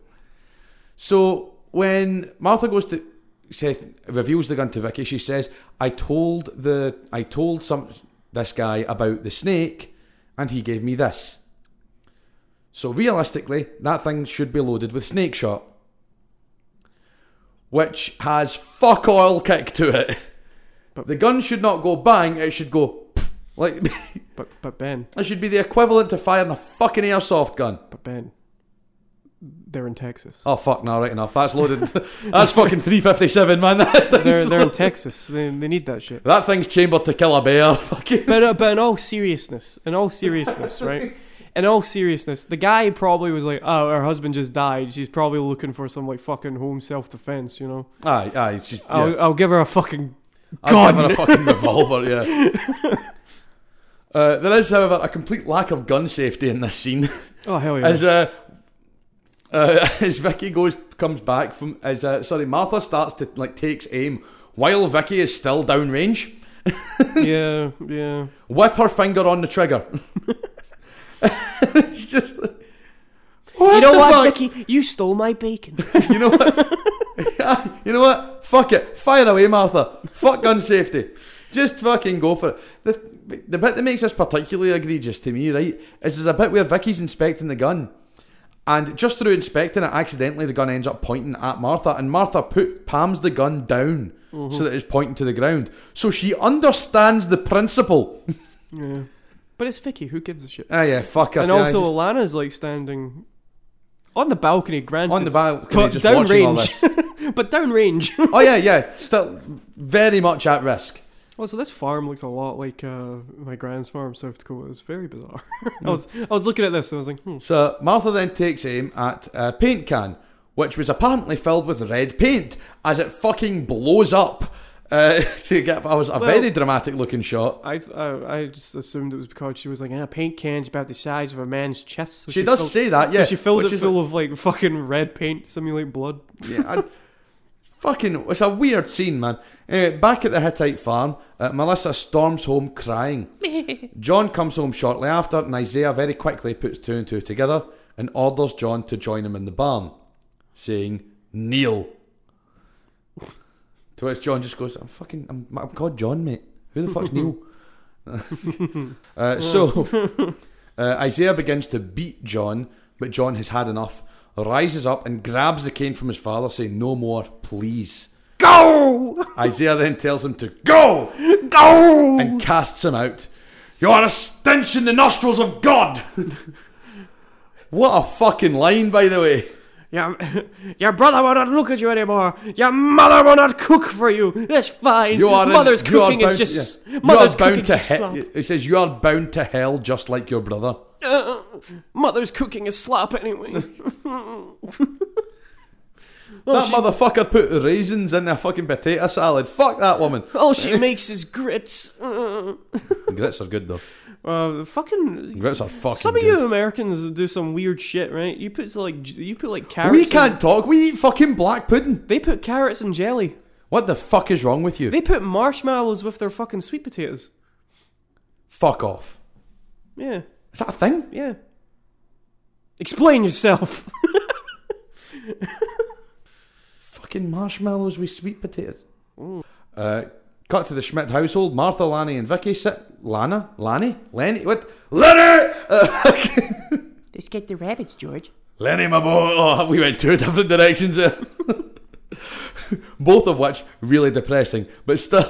So when Martha goes to say reveals the gun to Vicky, she says, "I told the I told some this guy about the snake, and he gave me this." So realistically, that thing should be loaded with snake shot, which has fuck oil kick to it. the gun should not go bang; it should go like
But but Ben,
it should be the equivalent to firing a fucking airsoft gun.
but Ben, they're in Texas.
Oh fuck! No, right enough. That's loaded. That's fucking three fifty seven, man. That's
They're they're in Texas. They, they need that shit.
that thing's chambered to kill a bear. Fucking
But uh, but in all seriousness, in all seriousness, right? In all seriousness, the guy probably was like, "Oh, her husband just died. She's probably looking for some like fucking home self defense, you know."
aye, aye. She's,
I'll,
yeah.
I'll give her a fucking
I'll
gun.
give her a fucking revolver. Yeah. Uh, there is, however, a complete lack of gun safety in this scene.
oh hell yeah!
As uh, uh, as Vicky goes comes back from as uh, sorry, Martha starts to like takes aim while Vicky is still downrange.
yeah, yeah.
with her finger on the trigger. it's just like, what
You know
the
what,
fuck?
Vicky? You stole my bacon.
You know what? you know what? Fuck it. Fire away, Martha. Fuck gun safety. Just fucking go for it. The, the bit that makes this particularly egregious to me, right, is there's a bit where Vicky's inspecting the gun. And just through inspecting it, accidentally the gun ends up pointing at Martha, and Martha put palms the gun down so that it's pointing to the ground. So she understands the principle.
Yeah. But it's Vicky. Who gives a shit?
Ah, yeah, fuck it.
and
Yeah, I
also,
just-
Alana's like standing on the balcony, granted.
on the balcony,
but
just watching all this.
downrange. but downrange.
Oh yeah, yeah, still very much at risk.
also, this farm looks a lot like uh, my grand's farm, South Dakota. It's very bizarre. I was I was looking at this and I was like, hmm.
So Martha then takes aim at a paint can, which was apparently filled with red paint, as it fucking blows up. Uh, to get, I was a very dramatic looking shot.
I, uh, I I just assumed it was because she was like, ah, paint can's about the size of a man's chest. So
She does
filled-
say that, yeah,
So she filled
which
it
is
full of like fucking red paint, simulate blood.
Yeah, and Fucking, it's a weird scene, man. Anyway, back at the Hittite farm, uh, Melissa storms home crying. John comes home shortly after, and Isaiah very quickly puts two and two together and orders John to join him in the barn, saying, Kneel. to which John just goes, I'm fucking, I'm, I'm called John, mate. Who the fuck's Neil? uh, so, uh, Isaiah begins to beat John, but John has had enough, rises up and grabs the cane from his father, saying, No more, please.
Go!
Isaiah then tells him to go
Go!
and casts him out. You are a stench in the nostrils of God. what a fucking line, by the way.
Your, your brother will not look at you anymore. Your mother will not cook for you. That's fine.
You are
mother's
in, you are
cooking is
bound-
just
yeah.
mother's
you are bound
cooking
to
is slop.
he- It says you are bound to hell, just like your brother.
Uh, mother's cooking is slop anyway. well,
That
she,
motherfucker put raisins in a fucking potato salad. Fuck that woman.
Oh,
all she makes is grits. Uh,
Grits are good though.
uh, fucking.
Grits are fucking.
Some of
good.
you Americans do some weird shit, right? You put like j- you put like carrots.
We
in-
can't talk. We eat fucking black pudding.
they put carrots and jelly.
What the fuck is wrong with you?
They put marshmallows with their fucking sweet potatoes.
Fuck off.
Yeah.
Is that a thing?
Yeah. Explain yourself.
Fucking marshmallows with sweet potatoes. Uh, cut to the Schmidt household. Martha, Lanny, and Vicky sit. Lana, Lanny, Lenny. What? Lenny. Uh,
Let's get the rabbits, George.
Lenny, my boy. Oh, we went two different directions there. Both of which really depressing, but still.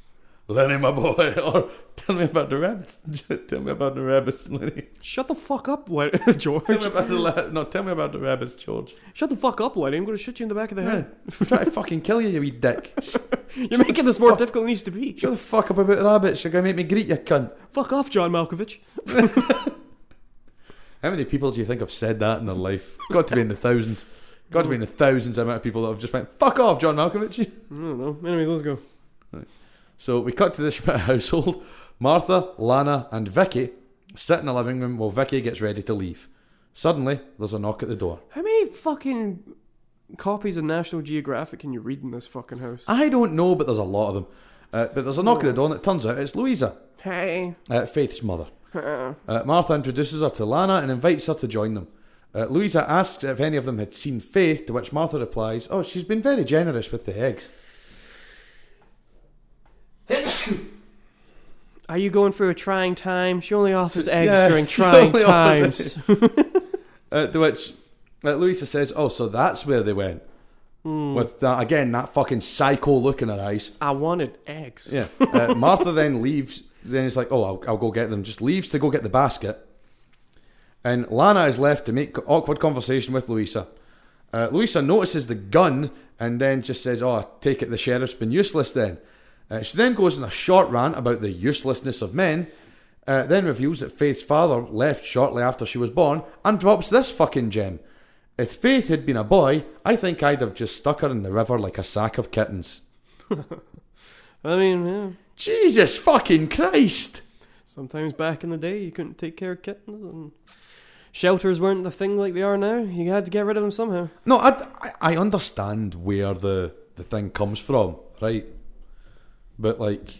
Lenny, my boy, or tell me about the rabbits. tell me about the rabbits, Lenny.
Shut the fuck up, Len-
Tell
George.
me about the la- no. Tell me about the rabbits, George.
Shut the fuck up, Lenny. I'm going to shoot you in the back of the
Yeah.
head.
Try to fucking kill you, you wee dick.
You're making this more
fuck-
difficult than it needs to be.
Shut the fuck up about rabbits. You're gonna make me greet you, cunt.
Fuck off, John Malkovich.
How many people do you think have said that in their life? Got to be in the thousands. Got to be in the thousands amount of people that have just went, fuck off, John Malkovich.
I don't know. Anyways, let's go.
So we cut to the Schmidt household. Martha, Lana, and Vicky sit in the living room while Vicky gets ready to leave. Suddenly, there's a knock at the door.
How many fucking copies of National Geographic can you read in this fucking house?
I don't know, but there's a lot of them. Uh, but there's a knock at the door, and it turns out it's Louisa,
Hey.
uh, Faith's mother.
Uh,
Uh, Martha introduces her to Lana and invites her to join them. Uh, Louisa asks if any of them had seen Faith, to which Martha replies, Oh, she's been very generous with the eggs.
are you going through a trying time? She only offers eggs
Yeah,
during
she
trying
only offers
times.
Uh, to which uh, Louisa says, "Oh, so that's where they went." With that again, that fucking psycho look in her eyes.
I wanted eggs.
Yeah. Uh, Martha then leaves. Then it's like, "Oh, I'll, I'll go get them." Just leaves to go get the basket, and Lana is left to make awkward conversation with Louisa. Uh, Louisa notices the gun and then just says, "Oh, I take it the sheriff's been useless." Then uh, she then goes on a short rant about the uselessness of men. Uh, then reveals that Faith's father left shortly after she was born and drops this fucking gem. If Faith had been a boy, I think I'd have just stuck her in the river like a sack of kittens.
I mean, yeah.
Jesus fucking Christ!
Sometimes back in the day, you couldn't take care of kittens, and shelters weren't the thing like they are now. You had to get rid of them somehow.
No, I, I, I understand where the, the thing comes from, right? But like,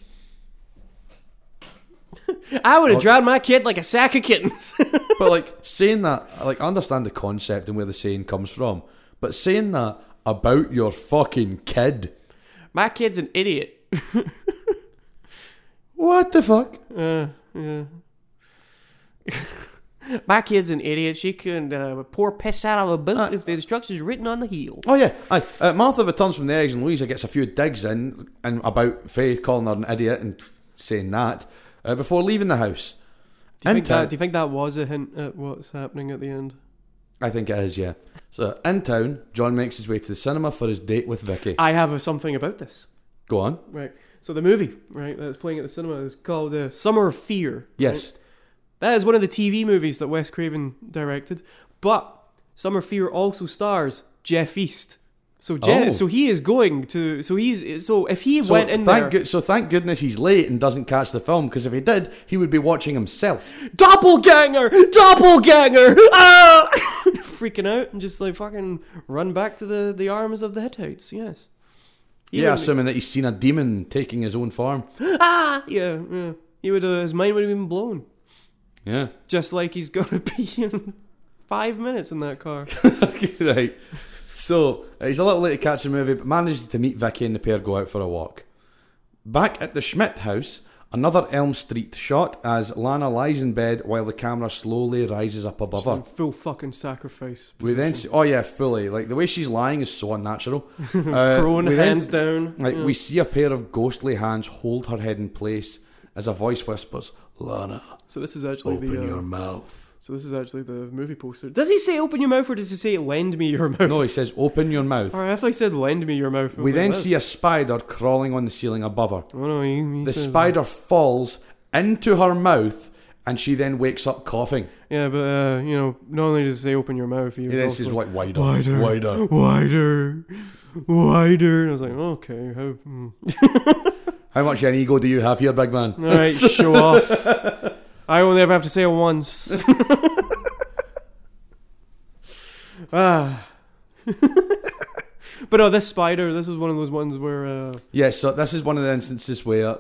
I would have
Well-
drowned my kid like a sack of kittens.
but like saying that, like I understand the concept and where the saying comes from. But saying that about your fucking kid,
my kid's an idiot.
what the fuck?
Uh, yeah. my kid's an idiot. She couldn't uh, pour piss out of a boat if the instructions written on the heel.
Oh yeah, aye. Uh, Martha returns from the eggs and Louisa gets a few digs in and about Faith calling her an idiot and saying that uh, before leaving the house.
Do you, think
town-
that, do you think that was a hint at what's happening at the end?
I think it is, yeah. So in town, John makes his way to the cinema for his date with Vicky.
I have a, something about this.
Go on.
Right. So the movie, right, that's playing at the cinema is called uh, Summer of Fear.
Yes.
That is one of the TV movies that Wes Craven directed. But Summer Fear also stars Jeff East. So Jeff,
Oh.
so he is going to. So he's so if he
So
went in
thank
there,
good, so thank goodness he's late and doesn't catch the film because if he did, he would be watching himself.
doppelganger, doppelganger, ah! freaking out and just like fucking run back to the the arms of the Hittites. Yes. He
yeah,
wouldn't-
assuming that he's seen a demon taking his own farm.
ah, yeah, yeah. He would. Uh, his mind would have been blown,
Yeah.
just like he's gonna be in five minutes in that car.
Okay, right. So uh, he's a little late to catch the movie, but manages to meet Vicky and the pair go out for a walk. Back at the Schmidt house, another Elm Street shot as Lana lies in bed while the camera slowly rises up above
Just
her.
in full fucking sacrifice.
We then see, oh yeah, fully. Like the way she's lying is so unnatural. Uh,
Prone,
we then-
hands Mm. down.
like
yeah.
we see a pair of ghostly hands hold her head in place as a voice whispers, "Lana,
so this is actually
open
the. Uh,
your mouth."
so this is actually the movie poster. Does he say "open your mouth" or does he say "lend me your mouth"?
No, he says, "Open your mouth."
All right, I thought he said "lend me your mouth." I was
We
like,
then
"That's-
see a spider crawling on the ceiling above her.
Oh no, he, he
The
says-
spider falls into her mouth and she then wakes up coughing.
Yeah, but uh, you know, not only does it say "open your mouth," he
And
was
then
also
she's like, wider,
wider,
wider.
wider, wider. And I was like, okay, how? hmm.
How much of an ego do you have here, big man?
All right, show off. I only ever have to say it once. ah. but oh, this spider. This was one of those ones where uh,
Yes, so this is one of the instances where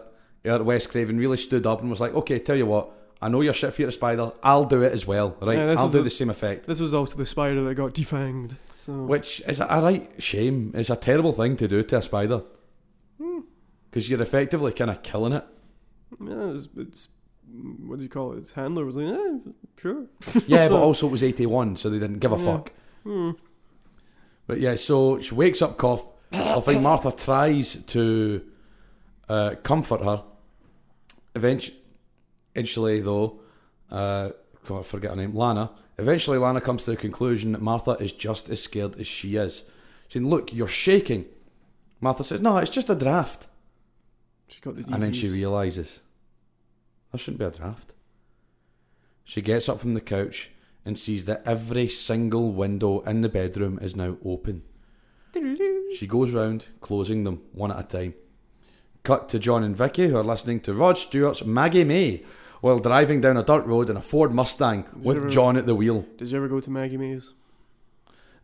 uh, Wes Craven really stood up and was like, okay, tell you what, I know you're shit fear of spiders, I'll do it as well, right?
Yeah, this
I'll
was
do
the-
the same effect.
this was also the spider that got defanged. So
Which is a, a right shame. It's a terrible thing to do to a spider.
Hmm.
Because you're effectively kind of killing it.
yeah, it's, it's what do you call it? Its handler was like, eh, sure.
Yeah,
So-
but also it was 81, so they didn't give a
Yeah.
fuck. But yeah, so she wakes up cough. I think Martha tries to uh, comfort her. Eventu- Eventually, though, uh, God, I forget her name, Lana. Eventually, Lana comes to the conclusion that Martha is just as scared as she is. She said, Look, you're shaking. Martha says, No, it's just a draft.
She got the
And then she
DVDs.
realizes there shouldn't be a draft. She gets up from the couch and sees that every single window in the bedroom is now open. She goes round, closing them one at a time. Cut to John and Vicky, who are listening to Rod Stewart's Maggie May while driving down a dirt road in a Ford Mustang with
Zero.
John at the wheel.
Did you ever go to Maggie Mae's?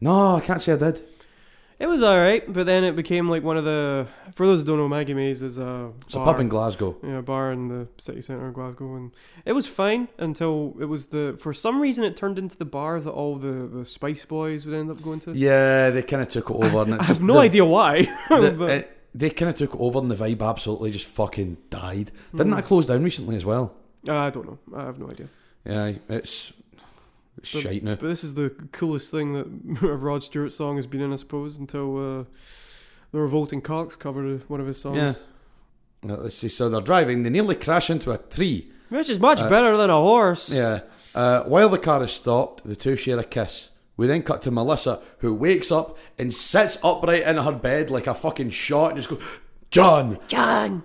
No, I can't say I did.
It was all right, but then it became like one of the. For those who don't know, Maggie Mae's is a
It's
bar,
a pub in Glasgow.
yeah, a bar in the city centre of Glasgow, and it was fine until it was the. For some reason, it turned into the bar that all the the Spice Boys would end up going to.
Yeah, they kind of took it over. And it
I
just,
have no
the-
idea why.
the,
but
it- they kind of took over and the vibe absolutely just fucking died.
Hmm.
Didn't that close down recently as well?
uh, I don't know. I have no idea.
Yeah, it's, it's
But-
shite now.
But this is the coolest thing that a Rod Stewart song has been in, I suppose, until uh, the Revolting Cox covered one of his songs.
Yeah. Uh, Let's see. So they're driving. They nearly crash into a tree.
Which is much
Uh,
better than a horse.
Yeah. Uh, while the car is stopped, the two share a kiss. We then cut to Melissa, who wakes up and sits upright in her bed like a fucking shot and just goes, John!
John.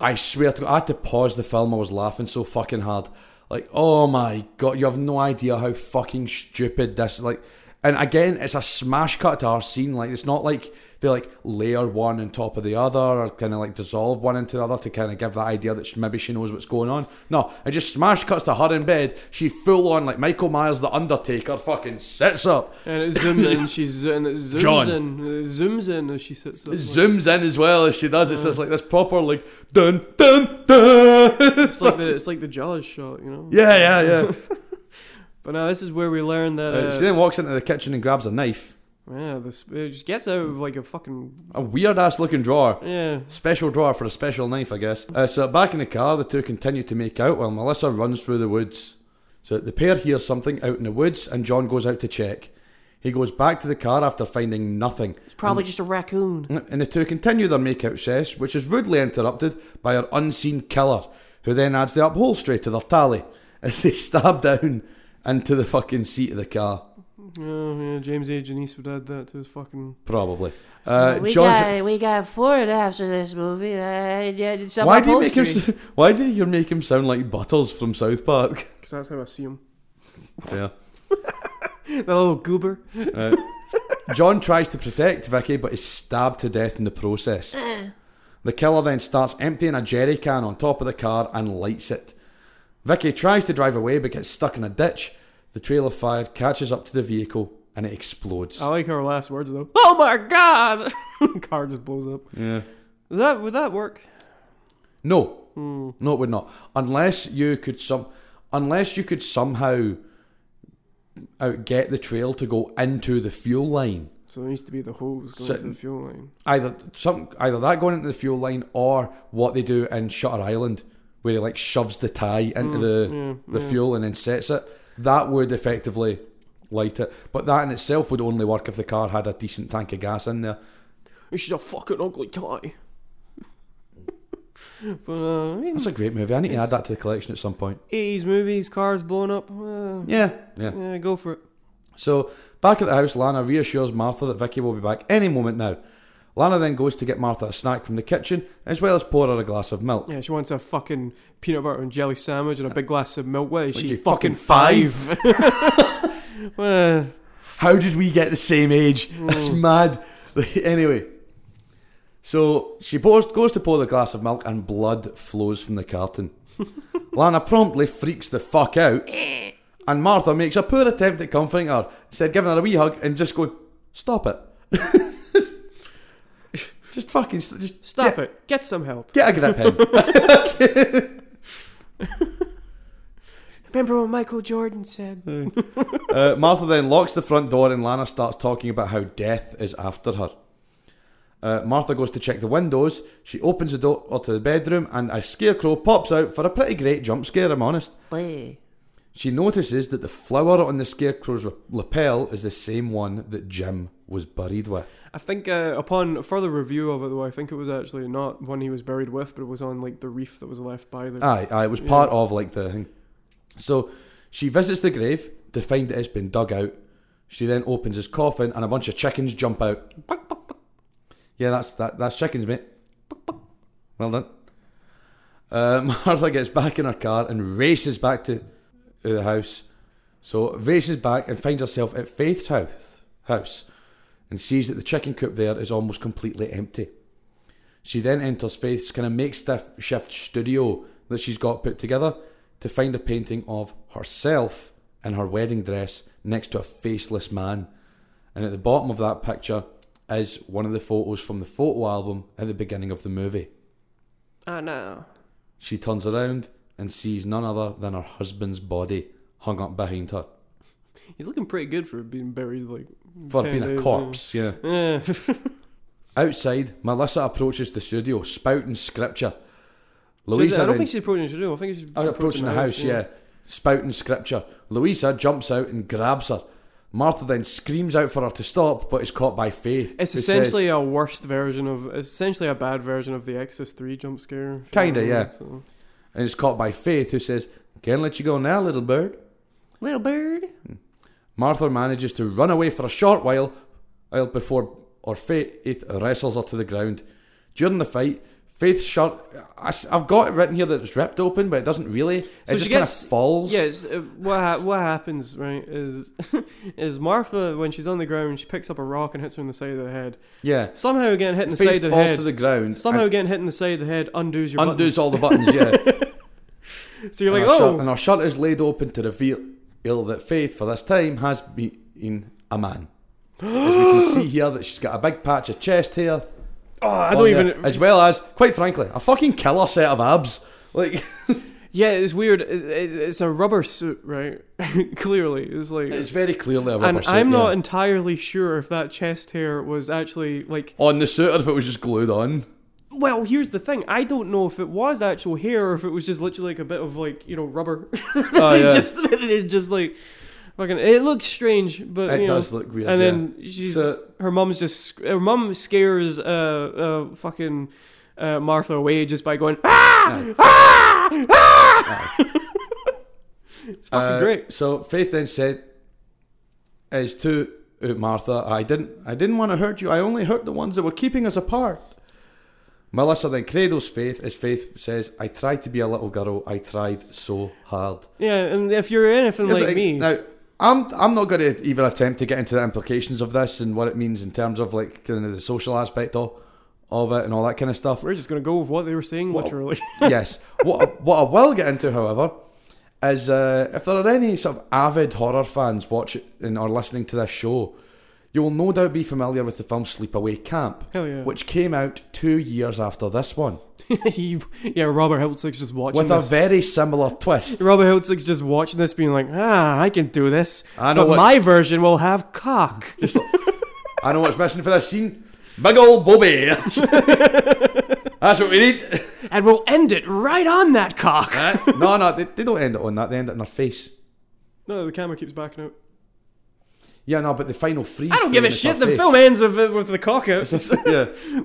I swear to God, I had to pause the film. I was laughing so fucking hard. Like, oh my God, you have no idea how fucking stupid this Like, and again, it's a smash cut to our scene. Like, it's not like they like layer one on top of the other or kind of like dissolve one into the other to kind of give that idea that she, maybe she knows what's going on. No, it just smash cuts to her in bed. She full on, like Michael Myers, The Undertaker, fucking sits up,
And it zooms in, she's and it zooms
John.
in, it zooms in as she sits up. Like,
zooms in as well as she does. It's just like this proper, like, dun, dun, dun.
it's like the it's like the Jaws shot, you know.
yeah, yeah, yeah.
But now this is where we learn that
Uh,
uh,
she then walks into the kitchen and grabs a knife,
yeah, this it just gets out of like a fucking
a weird ass looking drawer.
yeah.
Special drawer for a special knife, I guess. Uh, so back in the car, the two continue to make out while Melissa runs through the woods. So the pair hears something out in the woods, and John goes out to check. He goes back to the car after finding nothing,
It's probably just a raccoon.
and the two continue their makeout sesh, which is rudely interrupted by our unseen killer, who then adds the upholstery to their tally as they stab down into the fucking seat of the car.
Oh, yeah, James A. Janice would add that to his fucking.
Probably. Uh,
we
John's-
got we got Ford after this movie. Uh, yeah, it's some
Why do you make him?
upholstery.
s- Why do you make him sound like Butters from South Park?
Because that's how I see him.
Yeah.
That little goober.
John tries to protect Vicky, but is stabbed to death in the process. the killer then starts emptying a jerry can on top of the car and lights it. Vicky tries to drive away, but gets stuck in a ditch. The trail of fire catches up to the vehicle, and it explodes.
I like her last words though. Oh my god! Car just blows up.
Yeah.
Is that would that work?
No, no, it would not. Unless you could some, unless you could somehow out get the trail to go into the fuel line.
So there needs to be the hose going to
Certain-
the fuel line.
Either some, either that going into the fuel line, or what they do in Shutter Island, where he like shoves the tie into the the fuel and then sets it. That would effectively light it, but that in itself would only work if the car had a decent tank of gas in there.
This is a fucking ugly tie.
But uh, I mean,
That's a great movie. I need to add that to the collection at some point.
80s movies, cars blowing up. Uh,
Yeah, yeah.
yeah, go for it.
So, back at the house, Lana reassures Martha that Vicky will be back any moment now. Lana then goes to get Martha a snack from the kitchen, as well as pour her a glass of milk.
Yeah, she wants a fucking peanut butter and jelly sandwich and a big glass of milk. What is
Like
she
you
fucking
fucking
five? well,
How did we get the same age? That's mad. anyway, so she pours, goes to pour the glass of milk, and blood flows from the carton. Lana promptly freaks the fuck out, and Martha makes a poor attempt at comforting her, instead giving her a wee hug and just going, "Stop it." Just fucking st- just
stop
get-
it. Get some help.
Get a grip, eh? him.
Remember what Michael Jordan said?
Uh, Martha then locks the front door and Lana starts talking about how death is after her. Uh, Martha goes to check the windows. She opens the door to the bedroom and a scarecrow pops out for a pretty great jump scare, I'm honest. She notices that the flower on the scarecrow's lapel is the same one that Jim was buried with.
I think uh, upon further review of it, though, I think it was actually not one he was buried with, but it was on like the reef that was left by the.
Aye, aye, it was part of like the thing. So she visits the grave to find that it's been dug out. She then opens his coffin and a bunch of chickens jump out.
Buck, buck, buck.
Yeah, that's that, that's chickens, mate. Well done. Uh, Martha gets back in her car and races back to, to the house. So races back and finds herself at Faith's house, house, and sees that the chicken coop there is almost completely empty. She then enters Faith's kind of makeshift studio that she's got put together to find a painting of herself in her wedding dress next to a faceless man. And at the bottom of that picture is one of the photos from the photo album at the beginning of the movie.
I know.
She turns around and sees none other than her husband's body hung up behind her
He's looking pretty good for being buried like.
for
10
being
days,
a
yeah.
corpse. Yeah.
Yeah.
Outside, Melissa approaches the studio, spouting scripture.
She's-
Louisa
I don't
then,
think she's approaching the studio. I think she's
uh, approaching the house, yeah, spouting scripture. Louisa jumps out and grabs her. Martha then screams out for her to stop, but is caught by Faith.
It's
who says-
essentially a worst version of, it's essentially a bad version of the Exorcist Three jump scare. if you
Kinda,
know,
yeah.
so.
and is caught by Faith, who says, "Can't let you go now, little bird."
Little bird.
Martha manages to run away for a short while, while before or Faith wrestles her to the ground. During the fight, Faith's shirt, I, have got it written here that it's ripped open, but it doesn't really.
So
it
she
just kind of
gets-
falls.
Yeah, it's, uh, what ha- what happens right is is Martha when she's on the ground she picks up a rock and hits her in the side of the head.
yeah.
Somehow getting hit in the
Faith
side of the
falls
head.
to the ground.
somehow
and
getting hit in the side of the head undoes your
undoes
buttons.
all the buttons. Yeah,
So you're
and,
like,
her shirt,
oh,
and her shirt is laid open to reveal that Faith, for this time, has been a man. As you can see here that she's got a big patch of chest hair.
oh, I
on
don't
there,
even.
As well as, quite frankly, a fucking killer set of abs. Like.
Yeah, it's weird. It's, it's, it's a rubber suit, right? Clearly, it's like.
It's very clearly a rubber
and
suit.
I'm not
yeah.
entirely sure if that chest hair was actually like.
on the suit or if it was just glued on.
Well, here's the thing. I don't know if it was actual hair or if it was just literally like a bit of like you know rubber.
Oh,
It
yeah.
just it just like fucking. It looks strange, but
It
you know.
does look weird.
and
yeah.
then she's
So-
her mum's just sc- her mum scares uh uh fucking uh Martha away just by going ah
Aye.
ah ah. it's fucking
Uh,
great.
So Faith then said, "Is to uh, Martha, I didn't, I didn't want to hurt you. I only hurt the ones that were keeping us apart." Melissa then cradles Faith as Faith says, "I tried to be a little girl. I tried so hard."
Yeah, and if you're anything
Here's
like,
the thing.
me,
Now, I'm I'm not going to even attempt to get into the implications of this and what it means in terms of like kind of the social aspect of, of it and all that kind of stuff.
we're just gonna go with what they were saying
Well,
literally.
yes. What I, what I will get into, however, is uh, if there are any sort of avid horror fans watching and are listening to this show, you will no doubt be familiar with the film Sleepaway Camp,
Hell yeah.
which came out two years after this one,
You- yeah, Robert Hiltzig's just watching
with a
this.
very similar twist.
Robert Hiltzig's just watching this, being like, ah, I can do this.
I know
but
what-
my version will have cock.
Just like, I know what's missing for this scene. Big old Bobby. That's what we need.
and we'll end it right on that cock.
no, no, they, they don't end it on that. They end it in her face.
No, the camera keeps backing out.
Yeah, no, but the final freeze.
I don't give a
frame is her
shit. The
face.
film ends with, with the cock out.
yeah, it's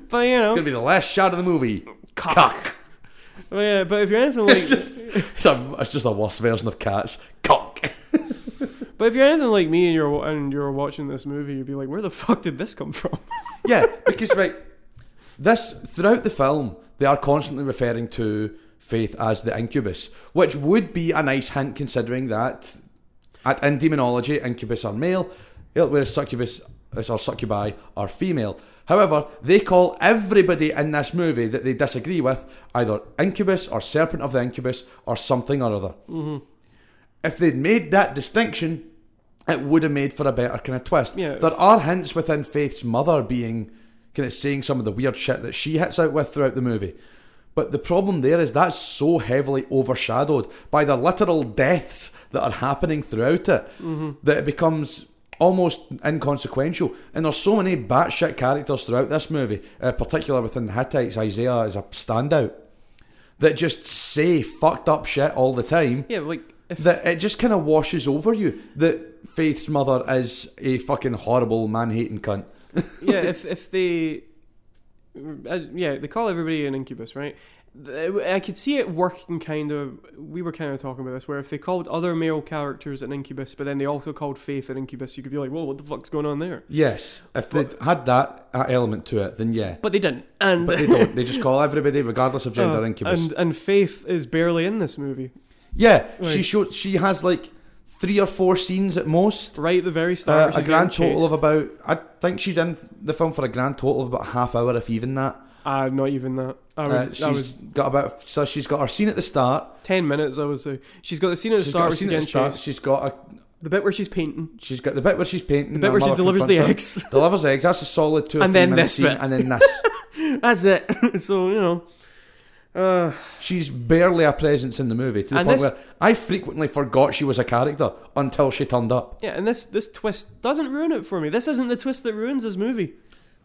but you know,
gonna be the last shot of the movie.
cock.
Cock.
But yeah, but if you're anything like,
It's just, it's, a, it's just a worse version of cats. Cock.
but if you're anything like me and you're and you're watching this movie, you'd be like, where the fuck did this come from?
yeah, because right, this throughout the film they are constantly referring to Faith as the incubus, which would be a nice hint considering that at, in demonology incubus are male, whereas succubus or succubi are female. However, they call everybody in this movie that they disagree with either incubus or serpent of the incubus or something or other. If they'd made that distinction, it would have made for a better kind of twist.
Yeah.
There are hints within Faith's mother being kind of saying some of the weird shit that she hits out with throughout the movie. But the problem there is that's so heavily overshadowed by the literal deaths that are happening throughout it that it becomes almost inconsequential. And there's so many batshit characters throughout this movie, uh, particularly within the Hittites. Isaiah is a standout that just say fucked up shit all the time
yeah, like if
that it just kind of washes over you that Faith's mother is a fucking horrible man hating cunt.
yeah, if if they, as, yeah, they call everybody an incubus, right? Th- I could see it working kind of. We were kind of talking about this, where if they called other male characters an incubus, but then they also called Faith an incubus, you could be like, "Whoa, what the fuck's going on there?"
Yes, if they would had that uh, element to it, then yeah.
But they didn't, and
But they don't. They just call everybody, regardless of gender,
Uh,
incubus.
And and Faith is barely in this movie,
yeah, she
Right.
showed. She has like three or four scenes at most.
right at the very
Uh,
start.
a
she's
grand
getting
total of
chased.
about. I think she's in the film for a grand total of about a half hour, if even that.
Ah, not even that. I
Uh,
would,
she's
I was
got about. So she's got her scene at the start.
ten minutes. I would say she's got the scene at the
She's got
start
her
where she's
scene at the
getting
start.
chased,
She's got a
the bit where she's painting,
She's got the bit where she's painting.
the bit where she delivers the
eggs.
eggs.
Delivers eggs. That's a solid two or
And
three
then
minute
this
scene,
bit.
and then this.
That's it. so you know. Uh,
She's barely a presence in the movie to the
And
point
this-
where I frequently forgot she was a character until she turned up.
yeah, and this this twist doesn't ruin it for me. This isn't the twist that ruins this movie.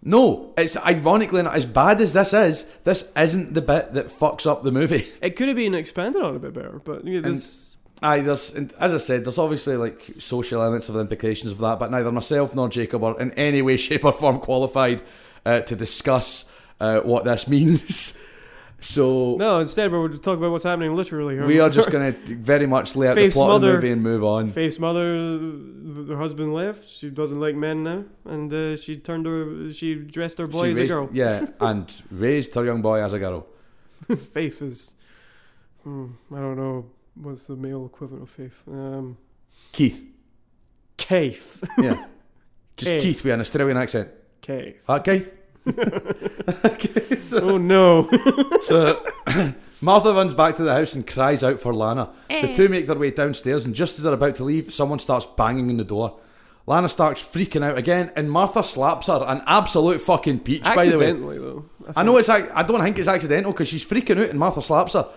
No, it's ironically not as bad as this is. This isn't the bit that fucks up the movie.
It could have been expanded on a bit better, but yeah, this
Aye, there's and as I said, there's obviously like social elements of the implications of that, but neither myself nor Jacob are in any way, shape, or form qualified uh, to discuss uh, what this means. So
no. Instead, we're going to talk about what's happening literally. here.
We are just going to very much lay out the
Faith's
plot of the
mother-
movie and move on.
Faith's mother, uh, her husband left. She doesn't like men now, and uh, she turned her. She dressed her boy
She
as
raised-
a girl.
Yeah, and raised her young boy as a girl.
Faith is, hmm, I don't know, what's the male equivalent of faith? Um,
Keith.
Keith.
Yeah. Just
Keith.
Keith with an Australian accent.
Keith.
Ah, Keith.
Oh no.
So Martha runs back to the house and cries out for Lana. The two make their way downstairs, and just as they're about to leave, someone starts banging on the door. Lana starts freaking out again, and Martha slaps her an absolute fucking peach, by the way.
Accidentally though.
I know it's. ac- I don't think it's accidental because she's freaking out and Martha slaps her.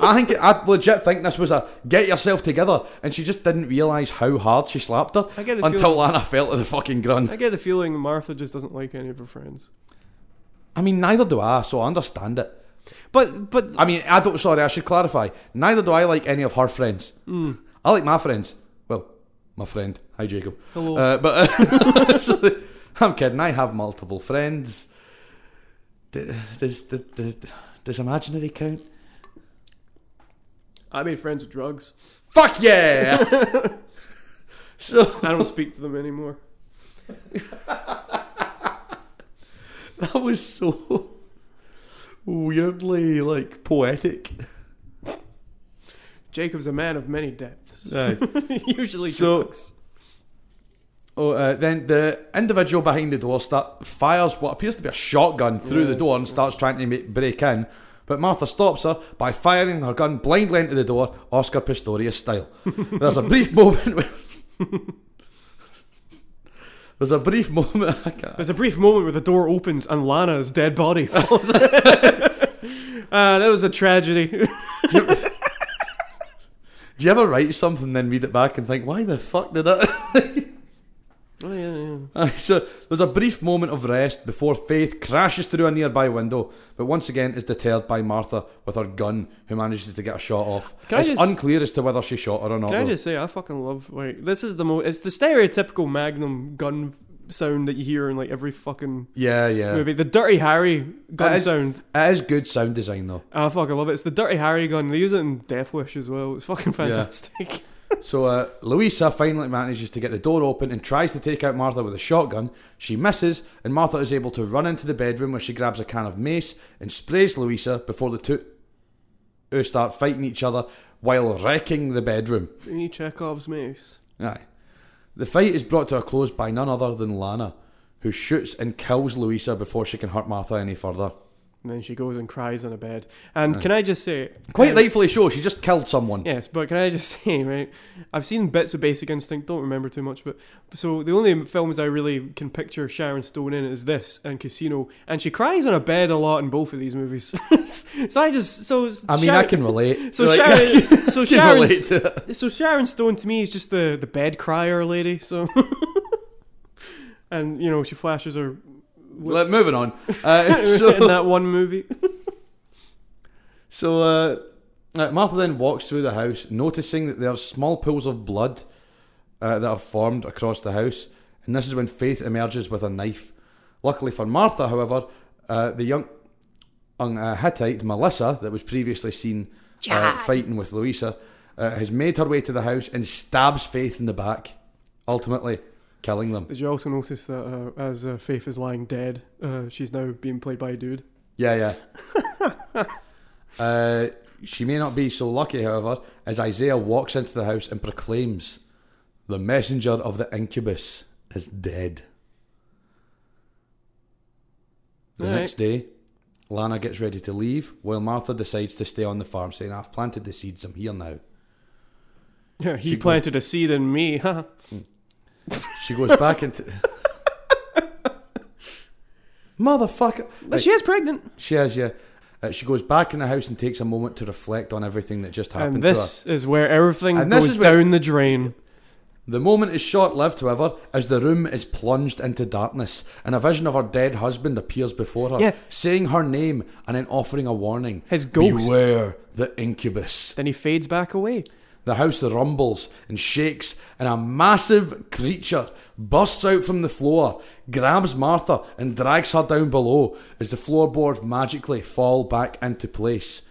I think. it- I legit think this was a get yourself together, and she just didn't realize how hard she slapped her
I get the
until
feeling-
Lana fell to the fucking ground.
I get the feeling Martha just doesn't like any of her friends.
I mean, neither do I, so I understand it.
But but
I mean, I don't. Sorry, I should clarify. Neither do I like any of her friends. I like my friends. Well, my friend. Hi, Jacob.
Hello.
Uh, but sorry. I'm kidding. I have multiple friends. D- Does, does, does, does imaginary count?
I made friends with drugs.
Fuck yeah! so
I don't speak to them anymore.
that was so weirdly like poetic.
Jacob's a man of many depths.
Right.
Usually
So-
drugs.
Oh, uh, then the individual behind the door start fires what appears to be a shotgun through the
Yes,
door and starts trying to make, break in. But Martha stops her by firing her gun blindly into the door, Oscar Pistorius style. There's a brief moment with. There's a brief moment. I can't-
There's a brief moment where the door opens and Lana's dead body falls. out. uh, that was a tragedy.
Do you, do you ever write something then read it back and think, why the fuck did that?
Oh, yeah, yeah.
Aye, so there's a brief moment of rest before Faith crashes through a nearby window, but once again is deterred by Martha with her gun, who manages to get a shot off.
Can I
it's
just-
unclear as to whether she shot her or not.
Can I
though.
just say I fucking love like this is the most. It's the stereotypical Magnum gun sound that you hear in like every fucking
Yeah, yeah.
movie. The Dirty Harry gun
That is-
sound.
It is good sound design though.
I fucking love it. It's the Dirty Harry gun. They use it in Death Wish as well. It's fucking fantastic.
So uh, Louisa finally manages to get the door open and tries to take out Martha with a shotgun. She misses, and Martha is able to run into the bedroom where she grabs a can of mace and sprays Louisa before the two who start fighting each other while wrecking the bedroom.
Any Chekhov's mace.
Aye. The fight is brought to a close by none other than Lana, who shoots and kills Louisa before she can hurt Martha any further.
And then she goes and cries on a bed. And can I just say,
Quite
um,
rightfully so, she just killed someone.
Yes, but can I just say, right? I've seen bits of Basic Instinct, don't remember too much, but so the only films I really can picture Sharon Stone in is this and Casino, and she cries on a bed a lot in both of these movies. so I just so
I mean, I
Sharon-
can relate.
so
Like, I
Sharon so
can
Sharon
relate to it.
so Sharon Stone to me is just the the bed crier lady. So and you know she flashes her
Like, moving on. Uh, so,
in that one movie.
So uh, uh, Martha then walks through the house, noticing that there are small pools of blood uh, that are formed across the house, and this is when Faith emerges with a knife. Luckily for Martha, however, uh, the young, young uh, Hittite Melissa, that was previously seen uh, fighting with Louisa, uh, has made her way to the house and stabs Faith in the back, ultimately killing them.
Did you also notice that uh, as uh, Faith is lying dead, uh, she's now being played by a dude?
Yeah, yeah. uh, she may not be so lucky, however, as Isaiah walks into the house and proclaims, "The messenger of the incubus is dead." The
Alright.
next day, Lana gets ready to leave, while Martha decides to stay on the farm, saying, "I've planted the seeds. I'm here now."
Yeah, he
She goes-
planted a seed in me. huh?
She goes back into. Motherfucker!
But she is pregnant.
She has, yeah. Uh, she goes back in the house and takes a moment to reflect on everything that just happened
And
to her.
this is where everything
And this
goes
is where-
down the drain.
The moment is short lived, however, as the room is plunged into darkness and a vision of her dead husband appears before her,
Yeah.
saying her name and then offering a warning
His ghost.
Beware the incubus.
Then he fades back away.
The house rumbles and shakes, and a massive creature bursts out from the floor, grabs Martha, and drags her down below as the floorboards magically fall back into place.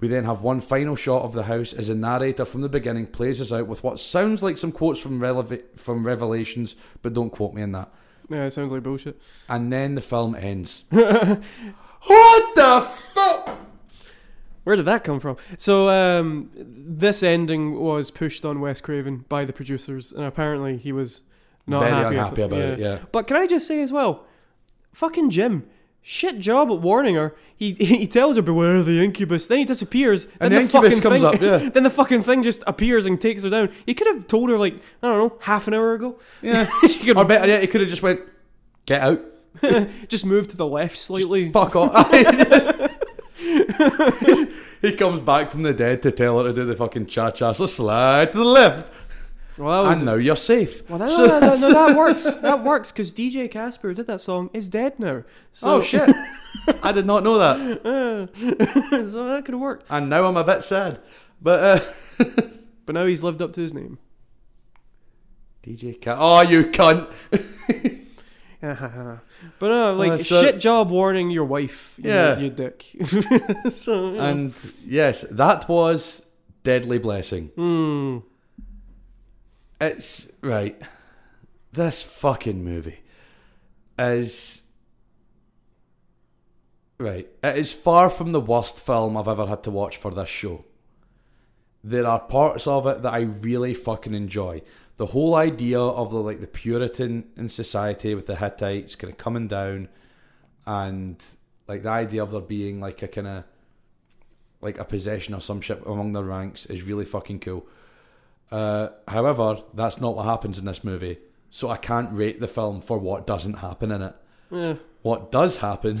We then have one final shot of the house as the narrator from the beginning plays us out with what sounds like some quotes from, releva- from Revelations, but don't quote me on that.
Yeah, it sounds like bullshit.
And then the film ends. what the fuck?
Where did that come from? So um, this ending was pushed on Wes Craven by the producers, and apparently he was not
Very
happy with
unhappy about it, yeah.
But can I just say as well, fucking Jim, shit job at warning her. He he tells her beware of the incubus. Then he disappears.
And
then
the incubus
fucking
comes
thing,
up, yeah.
Then the fucking thing just appears and takes her down. He could have told her like I don't know half an hour ago.
Yeah.
she could
or better yet, he could have just went, get out.
just move to the left slightly.
Fuck off. he comes back from the dead to tell her to do the fucking cha cha, so slide to the left.
Well, that would-
And now you're safe.
Well, no,
So-
no, no, no, that works. That works because DJ Casper who did that song is dead now. So, uh,
oh shit. I did not know that.
so that could have worked.
And now I'm a bit sad. But, uh.
But now he's lived up to his name.
DJ Cat. Oh, you cunt.
but no, like
Uh, so-
shit job warning your wife. you-
Yeah.
you, dick. so you know.
And yes, that was Deadly Blessing.
Hmm.
It's. Right. This fucking movie is. Right. It is far from the worst film I've ever had to watch for this show. There are parts of it that I really fucking enjoy. The whole idea of the like the Puritan in society with the Hittites kind of coming down, and like the idea of there being like a kind of like a possession or some shit among their ranks is really fucking cool. Uh, however, that's not what happens in this movie, so I can't rate the film for what doesn't happen in it.
Yeah.
What does happen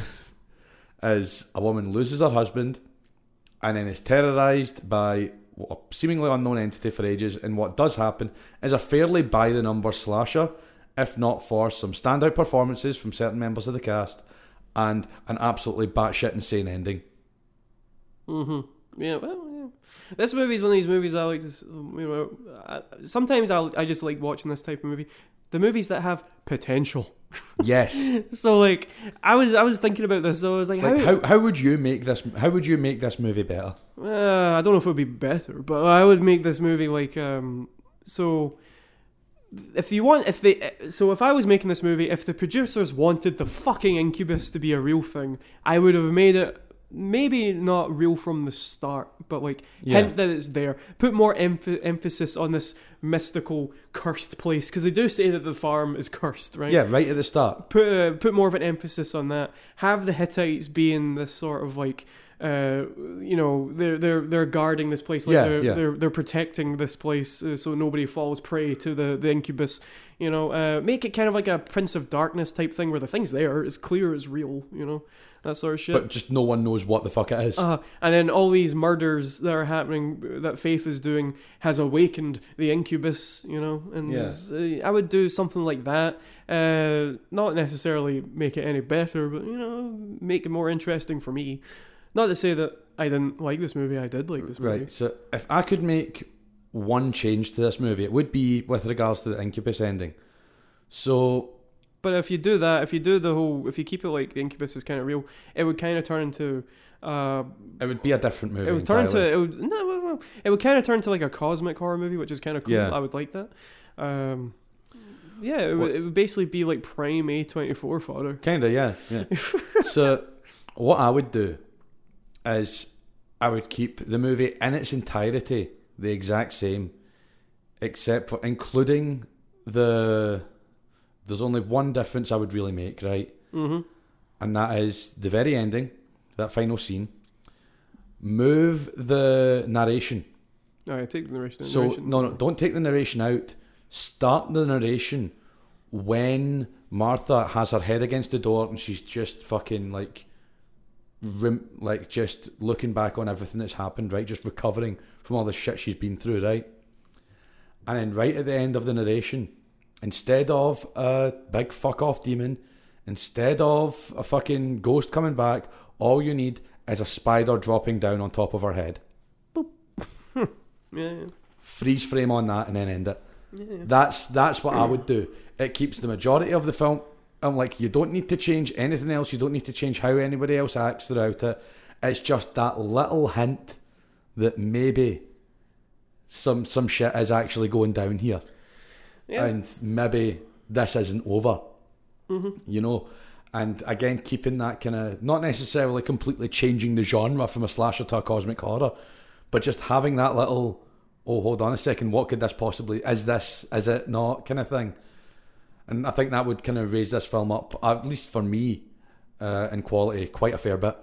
is a woman loses her husband and then is terrorized by a seemingly unknown entity for ages. And what does happen is a fairly by the numbers slasher, if not for some standout performances from certain members of the cast and an absolutely batshit insane ending.
Mm-hmm. Yeah. Well, yeah. This movie is one of these movies I like to. s- You know, I, sometimes I I just like watching this type of movie. The movies that have potential.
Yes.
So like, I was I was thinking about this. So I was like,
Like
how,
how, how would you make this how would you make this movie better?
Uh, I don't know if it would be better, but I would make this movie like um. So, if you want, if they, so if I was making this movie, if the producers wanted the fucking incubus to be a real thing, I would have made it maybe not real from the start, but like
Yeah.
hint that it's there. Put more emph- emphasis on this mystical cursed place because they do say that the farm is cursed, right?
Yeah, right at the start.
put uh, put more of an emphasis on that. Have the Hittites be in this sort of like uh you know they're they're they're guarding this place like
Yeah,
they're,
yeah.
they're they're protecting this place uh, so nobody falls prey to the the incubus you know uh make it kind of like a prince of darkness type thing where the thing's there it's clear it's real you know that sort of shit
But just no one knows what the fuck it is.
uh, and then all these murders that are happening that Faith is doing has awakened the incubus, you know. And
Yeah.
is, uh, I would do something like that. Uh, not necessarily make it any better, but you know, make it more interesting for me. Not to say that I didn't like this movie. I did like this movie.
Right. So if I could make one change to this movie, it would be with regards to the incubus ending. So
But if you do that, if you do the whole, if you keep it like the incubus is kind of real, it would kind of turn into. Uh,
it would be a different movie.
it would turn
entirely.
to it would no, no, no. it would kind of turn to like a cosmic horror movie, which is kind of cool.
Yeah.
I would like that. Um, yeah, it would, it would basically be like prime A twenty four fodder.
Kinda, yeah, yeah. so, what I would do is I would keep the movie in its entirety the exact same, except for including the. There's only one difference I would really make, right?
Mm-hmm.
and that is the very ending, that final scene. Move the narration.
All right, take the narration.
So
narration.
no, no, don't take the narration out. Start the narration when Martha has her head against the door and she's just fucking like, rim, like just looking back on everything that's happened, right? Just recovering from all the shit she's been through, right? And then right at the end of the narration, instead of a big fuck off demon, instead of a fucking ghost coming back, all you need is a spider dropping down on top of her head
Yeah, yeah.
freeze frame on that and then end it. That's that's what I would do. It keeps the majority of the film. I'm like, you don't need to change anything else. You don't need to change how anybody else acts throughout it. It's just that little hint that maybe some some shit is actually going down here,
Yeah.
and maybe this isn't over.
Mm-hmm.
You know. And again, keeping that kind of not necessarily completely changing the genre from a slasher to a cosmic horror, but just having that little oh hold on a second what could this possibly is this is it not kind of thing and i think that would kind of raise this film up at least for me uh, in quality quite a fair bit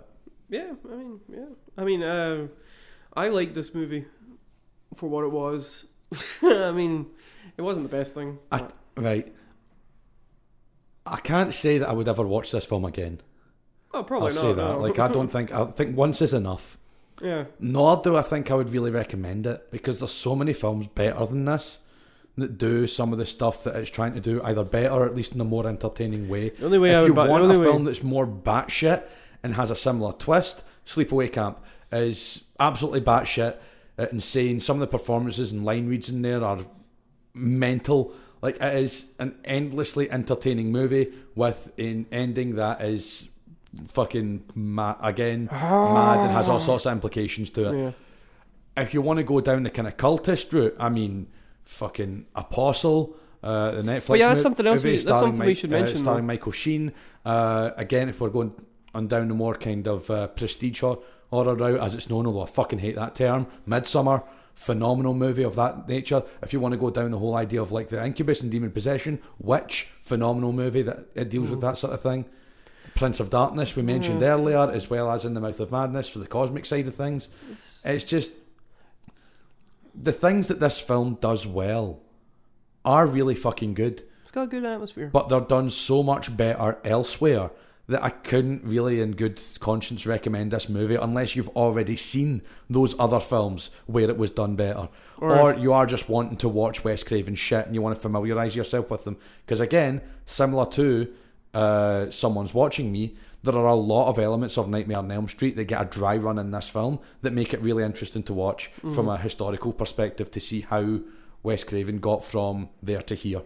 yeah. I mean, yeah. I mean, uh, I liked this movie for what it was. I mean, it wasn't the best thing.
I,
but-
right i can't say that i would ever watch this film again
oh, probably
i'll
not.
say that
no.
like i don't think i think once is enough
yeah.
nor do i think i would really recommend it because there's so many films better than this that do some of the stuff that it's trying to do either better or at least in a more entertaining way
The only way I
if
would
you
buy, the
want
only
a
way-
film that's more batshit and has a similar twist, Sleepaway Camp is absolutely batshit, uh, insane. Some of the performances and line reads in there are mental. Like it is an endlessly entertaining movie with an ending that is fucking ma- again mad and has all sorts of implications to it
yeah.
if you want to go down the kind of cultist route, I mean, fucking Apostle, uh, the Netflix.
But yeah, that's
mo-
something else
movie
we- that's
starring
something we
Mike-
should
uh,
mention,
starring
though.
Michael Sheen. Uh, again, if we're going on down the more kind of uh, prestige hor- horror route, as it's known, although I fucking hate that term, Midsummer. Phenomenal movie of that nature. If you want to go down the whole idea of
Mm.
like the incubus and demon possession, which phenomenal movie that it deals with that sort of thing. Prince of Darkness we mentioned
Yeah.
earlier, as well as in the Mouth of Madness for the cosmic side of things.
It's-
It's just the things that this film does well are really fucking good,
it's got a good atmosphere.
but they're done so much better elsewhere that I couldn't really, in good conscience, recommend this movie unless you've already seen those other films where it was done better,
Or-
or, you are just wanting to watch Wes Craven shit and you want to familiarize yourself with them. Because again, similar to uh, someone's watching me. There are a lot of elements of Nightmare on Elm Street that get a dry run in this film that make it really interesting to watch from a historical perspective to see how Wes Craven got from there to here.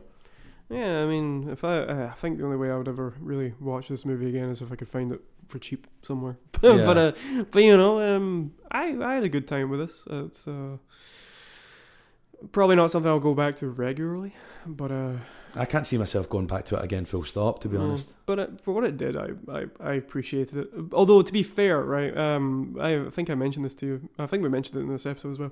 Yeah, I mean, if I, uh, I think the only way I would ever really watch this movie again is if I could find it for cheap somewhere. but
Yeah.
uh, but you know, um, I I had a good time with this. Uh, It's uh, probably not something I'll go back to regularly, but uh,
I can't see myself going back to it again, full stop. To be
no.
honest,
But uh, for what it did, I, I I appreciated it. Although to be fair, right, um, I think I mentioned this to you. I think we mentioned it in this episode as well.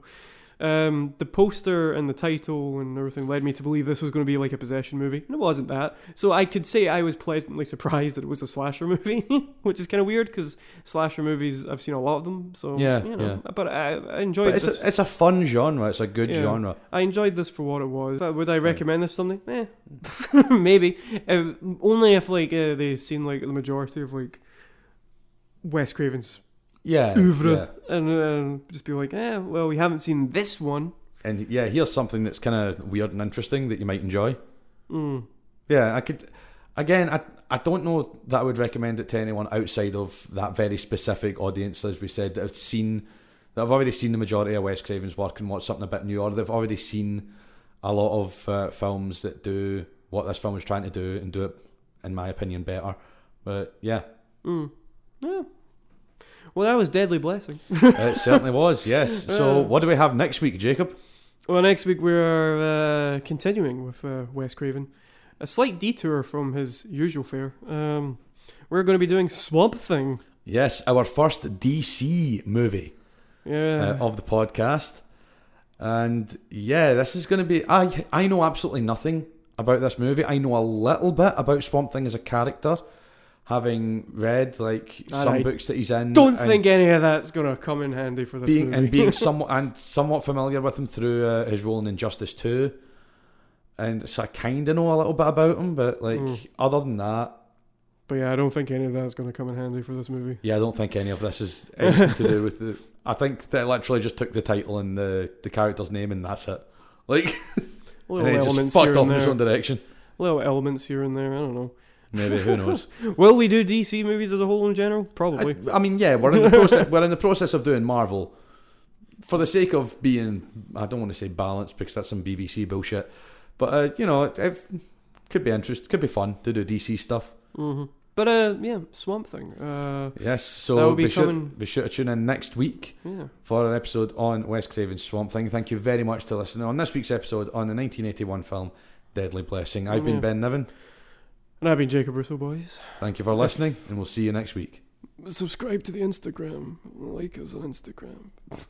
Um, the poster and the title and everything led me to believe this was going to be like a possession movie, and it wasn't that. So I could say I was pleasantly surprised that it was a slasher movie, which is kind of weird because slasher movies I've seen a lot of them. So
Yeah,
you know, but I, I enjoyed
but it's
this.
a, it's a fun genre. It's a good
Yeah.
genre.
I enjoyed this for what it was. But would I recommend this to something? Eh, maybe. Uh, only if like uh, they've seen like the majority of like Wes Craven's
Yeah,
oeuvre,
Uh, yeah.
and uh, just be like, eh, well, we haven't seen this one.
And yeah, here's something that's kind of weird and interesting that you might enjoy.
Mm.
Yeah, I could. Again, I I don't know that I would recommend it to anyone outside of that very specific audience, as we said, that have seen that have already seen the majority of Wes Craven's work and want something a bit new, or they've already seen a lot of uh, films that do what this film is trying to do and do it, in my opinion, better. But yeah,
Mm. Yeah. Well, that was Deadly Blessing.
it certainly was. Yes. So what do we have next week, Jacob?
Well, next week we are uh, continuing with uh, Wes Craven. A slight detour from his usual fare. Um, we're going to be doing Swamp Thing.
Yes, our first DC movie. uh,
Yeah.
of the podcast. And yeah, this is going to be. I I know absolutely nothing about this movie. I know a little bit about Swamp Thing as a character, having read like
And
some
I
books that he's in.
Don't
and
think any of that's gonna come in handy for this
being
movie.
and being somewhat and somewhat familiar with him through uh, his role in Injustice Two. And so I kind of know a little bit about him, but like
Mm.
other than that,
but yeah, I don't think any of that's gonna come in handy for this movie.
yeah, I don't think any of this is anything to do with the. I think they literally just took the title and the the character's name, and that's it. Like
Little
and he
elements
just
here
fucked off
and
in his
there.
own direction.
Little elements here and there. I don't know.
Maybe who knows?
Will we do DC movies as a whole in general? Probably.
I, I mean, yeah, we're in the process. We're in the process of doing Marvel for the sake of being. I don't want to say balanced because that's some BBC bullshit. But uh, you know, it, it could be interest. Could be fun to do DC stuff.
hmm But uh, yeah, Swamp Thing. Uh,
Yes,
That
so
will be
be, sure
coming-
be sure to tune in next week.
yeah.
for an episode on Wes Craven's Swamp Thing. Thank you very much to listening on this week's episode on the 1981 film Deadly Blessing. I've been
Yeah.
Ben Niven.
And I've been Jacob Russo, boys.
Thank you for listening, and we'll see you next week.
Subscribe to the Instagram. Like us on Instagram.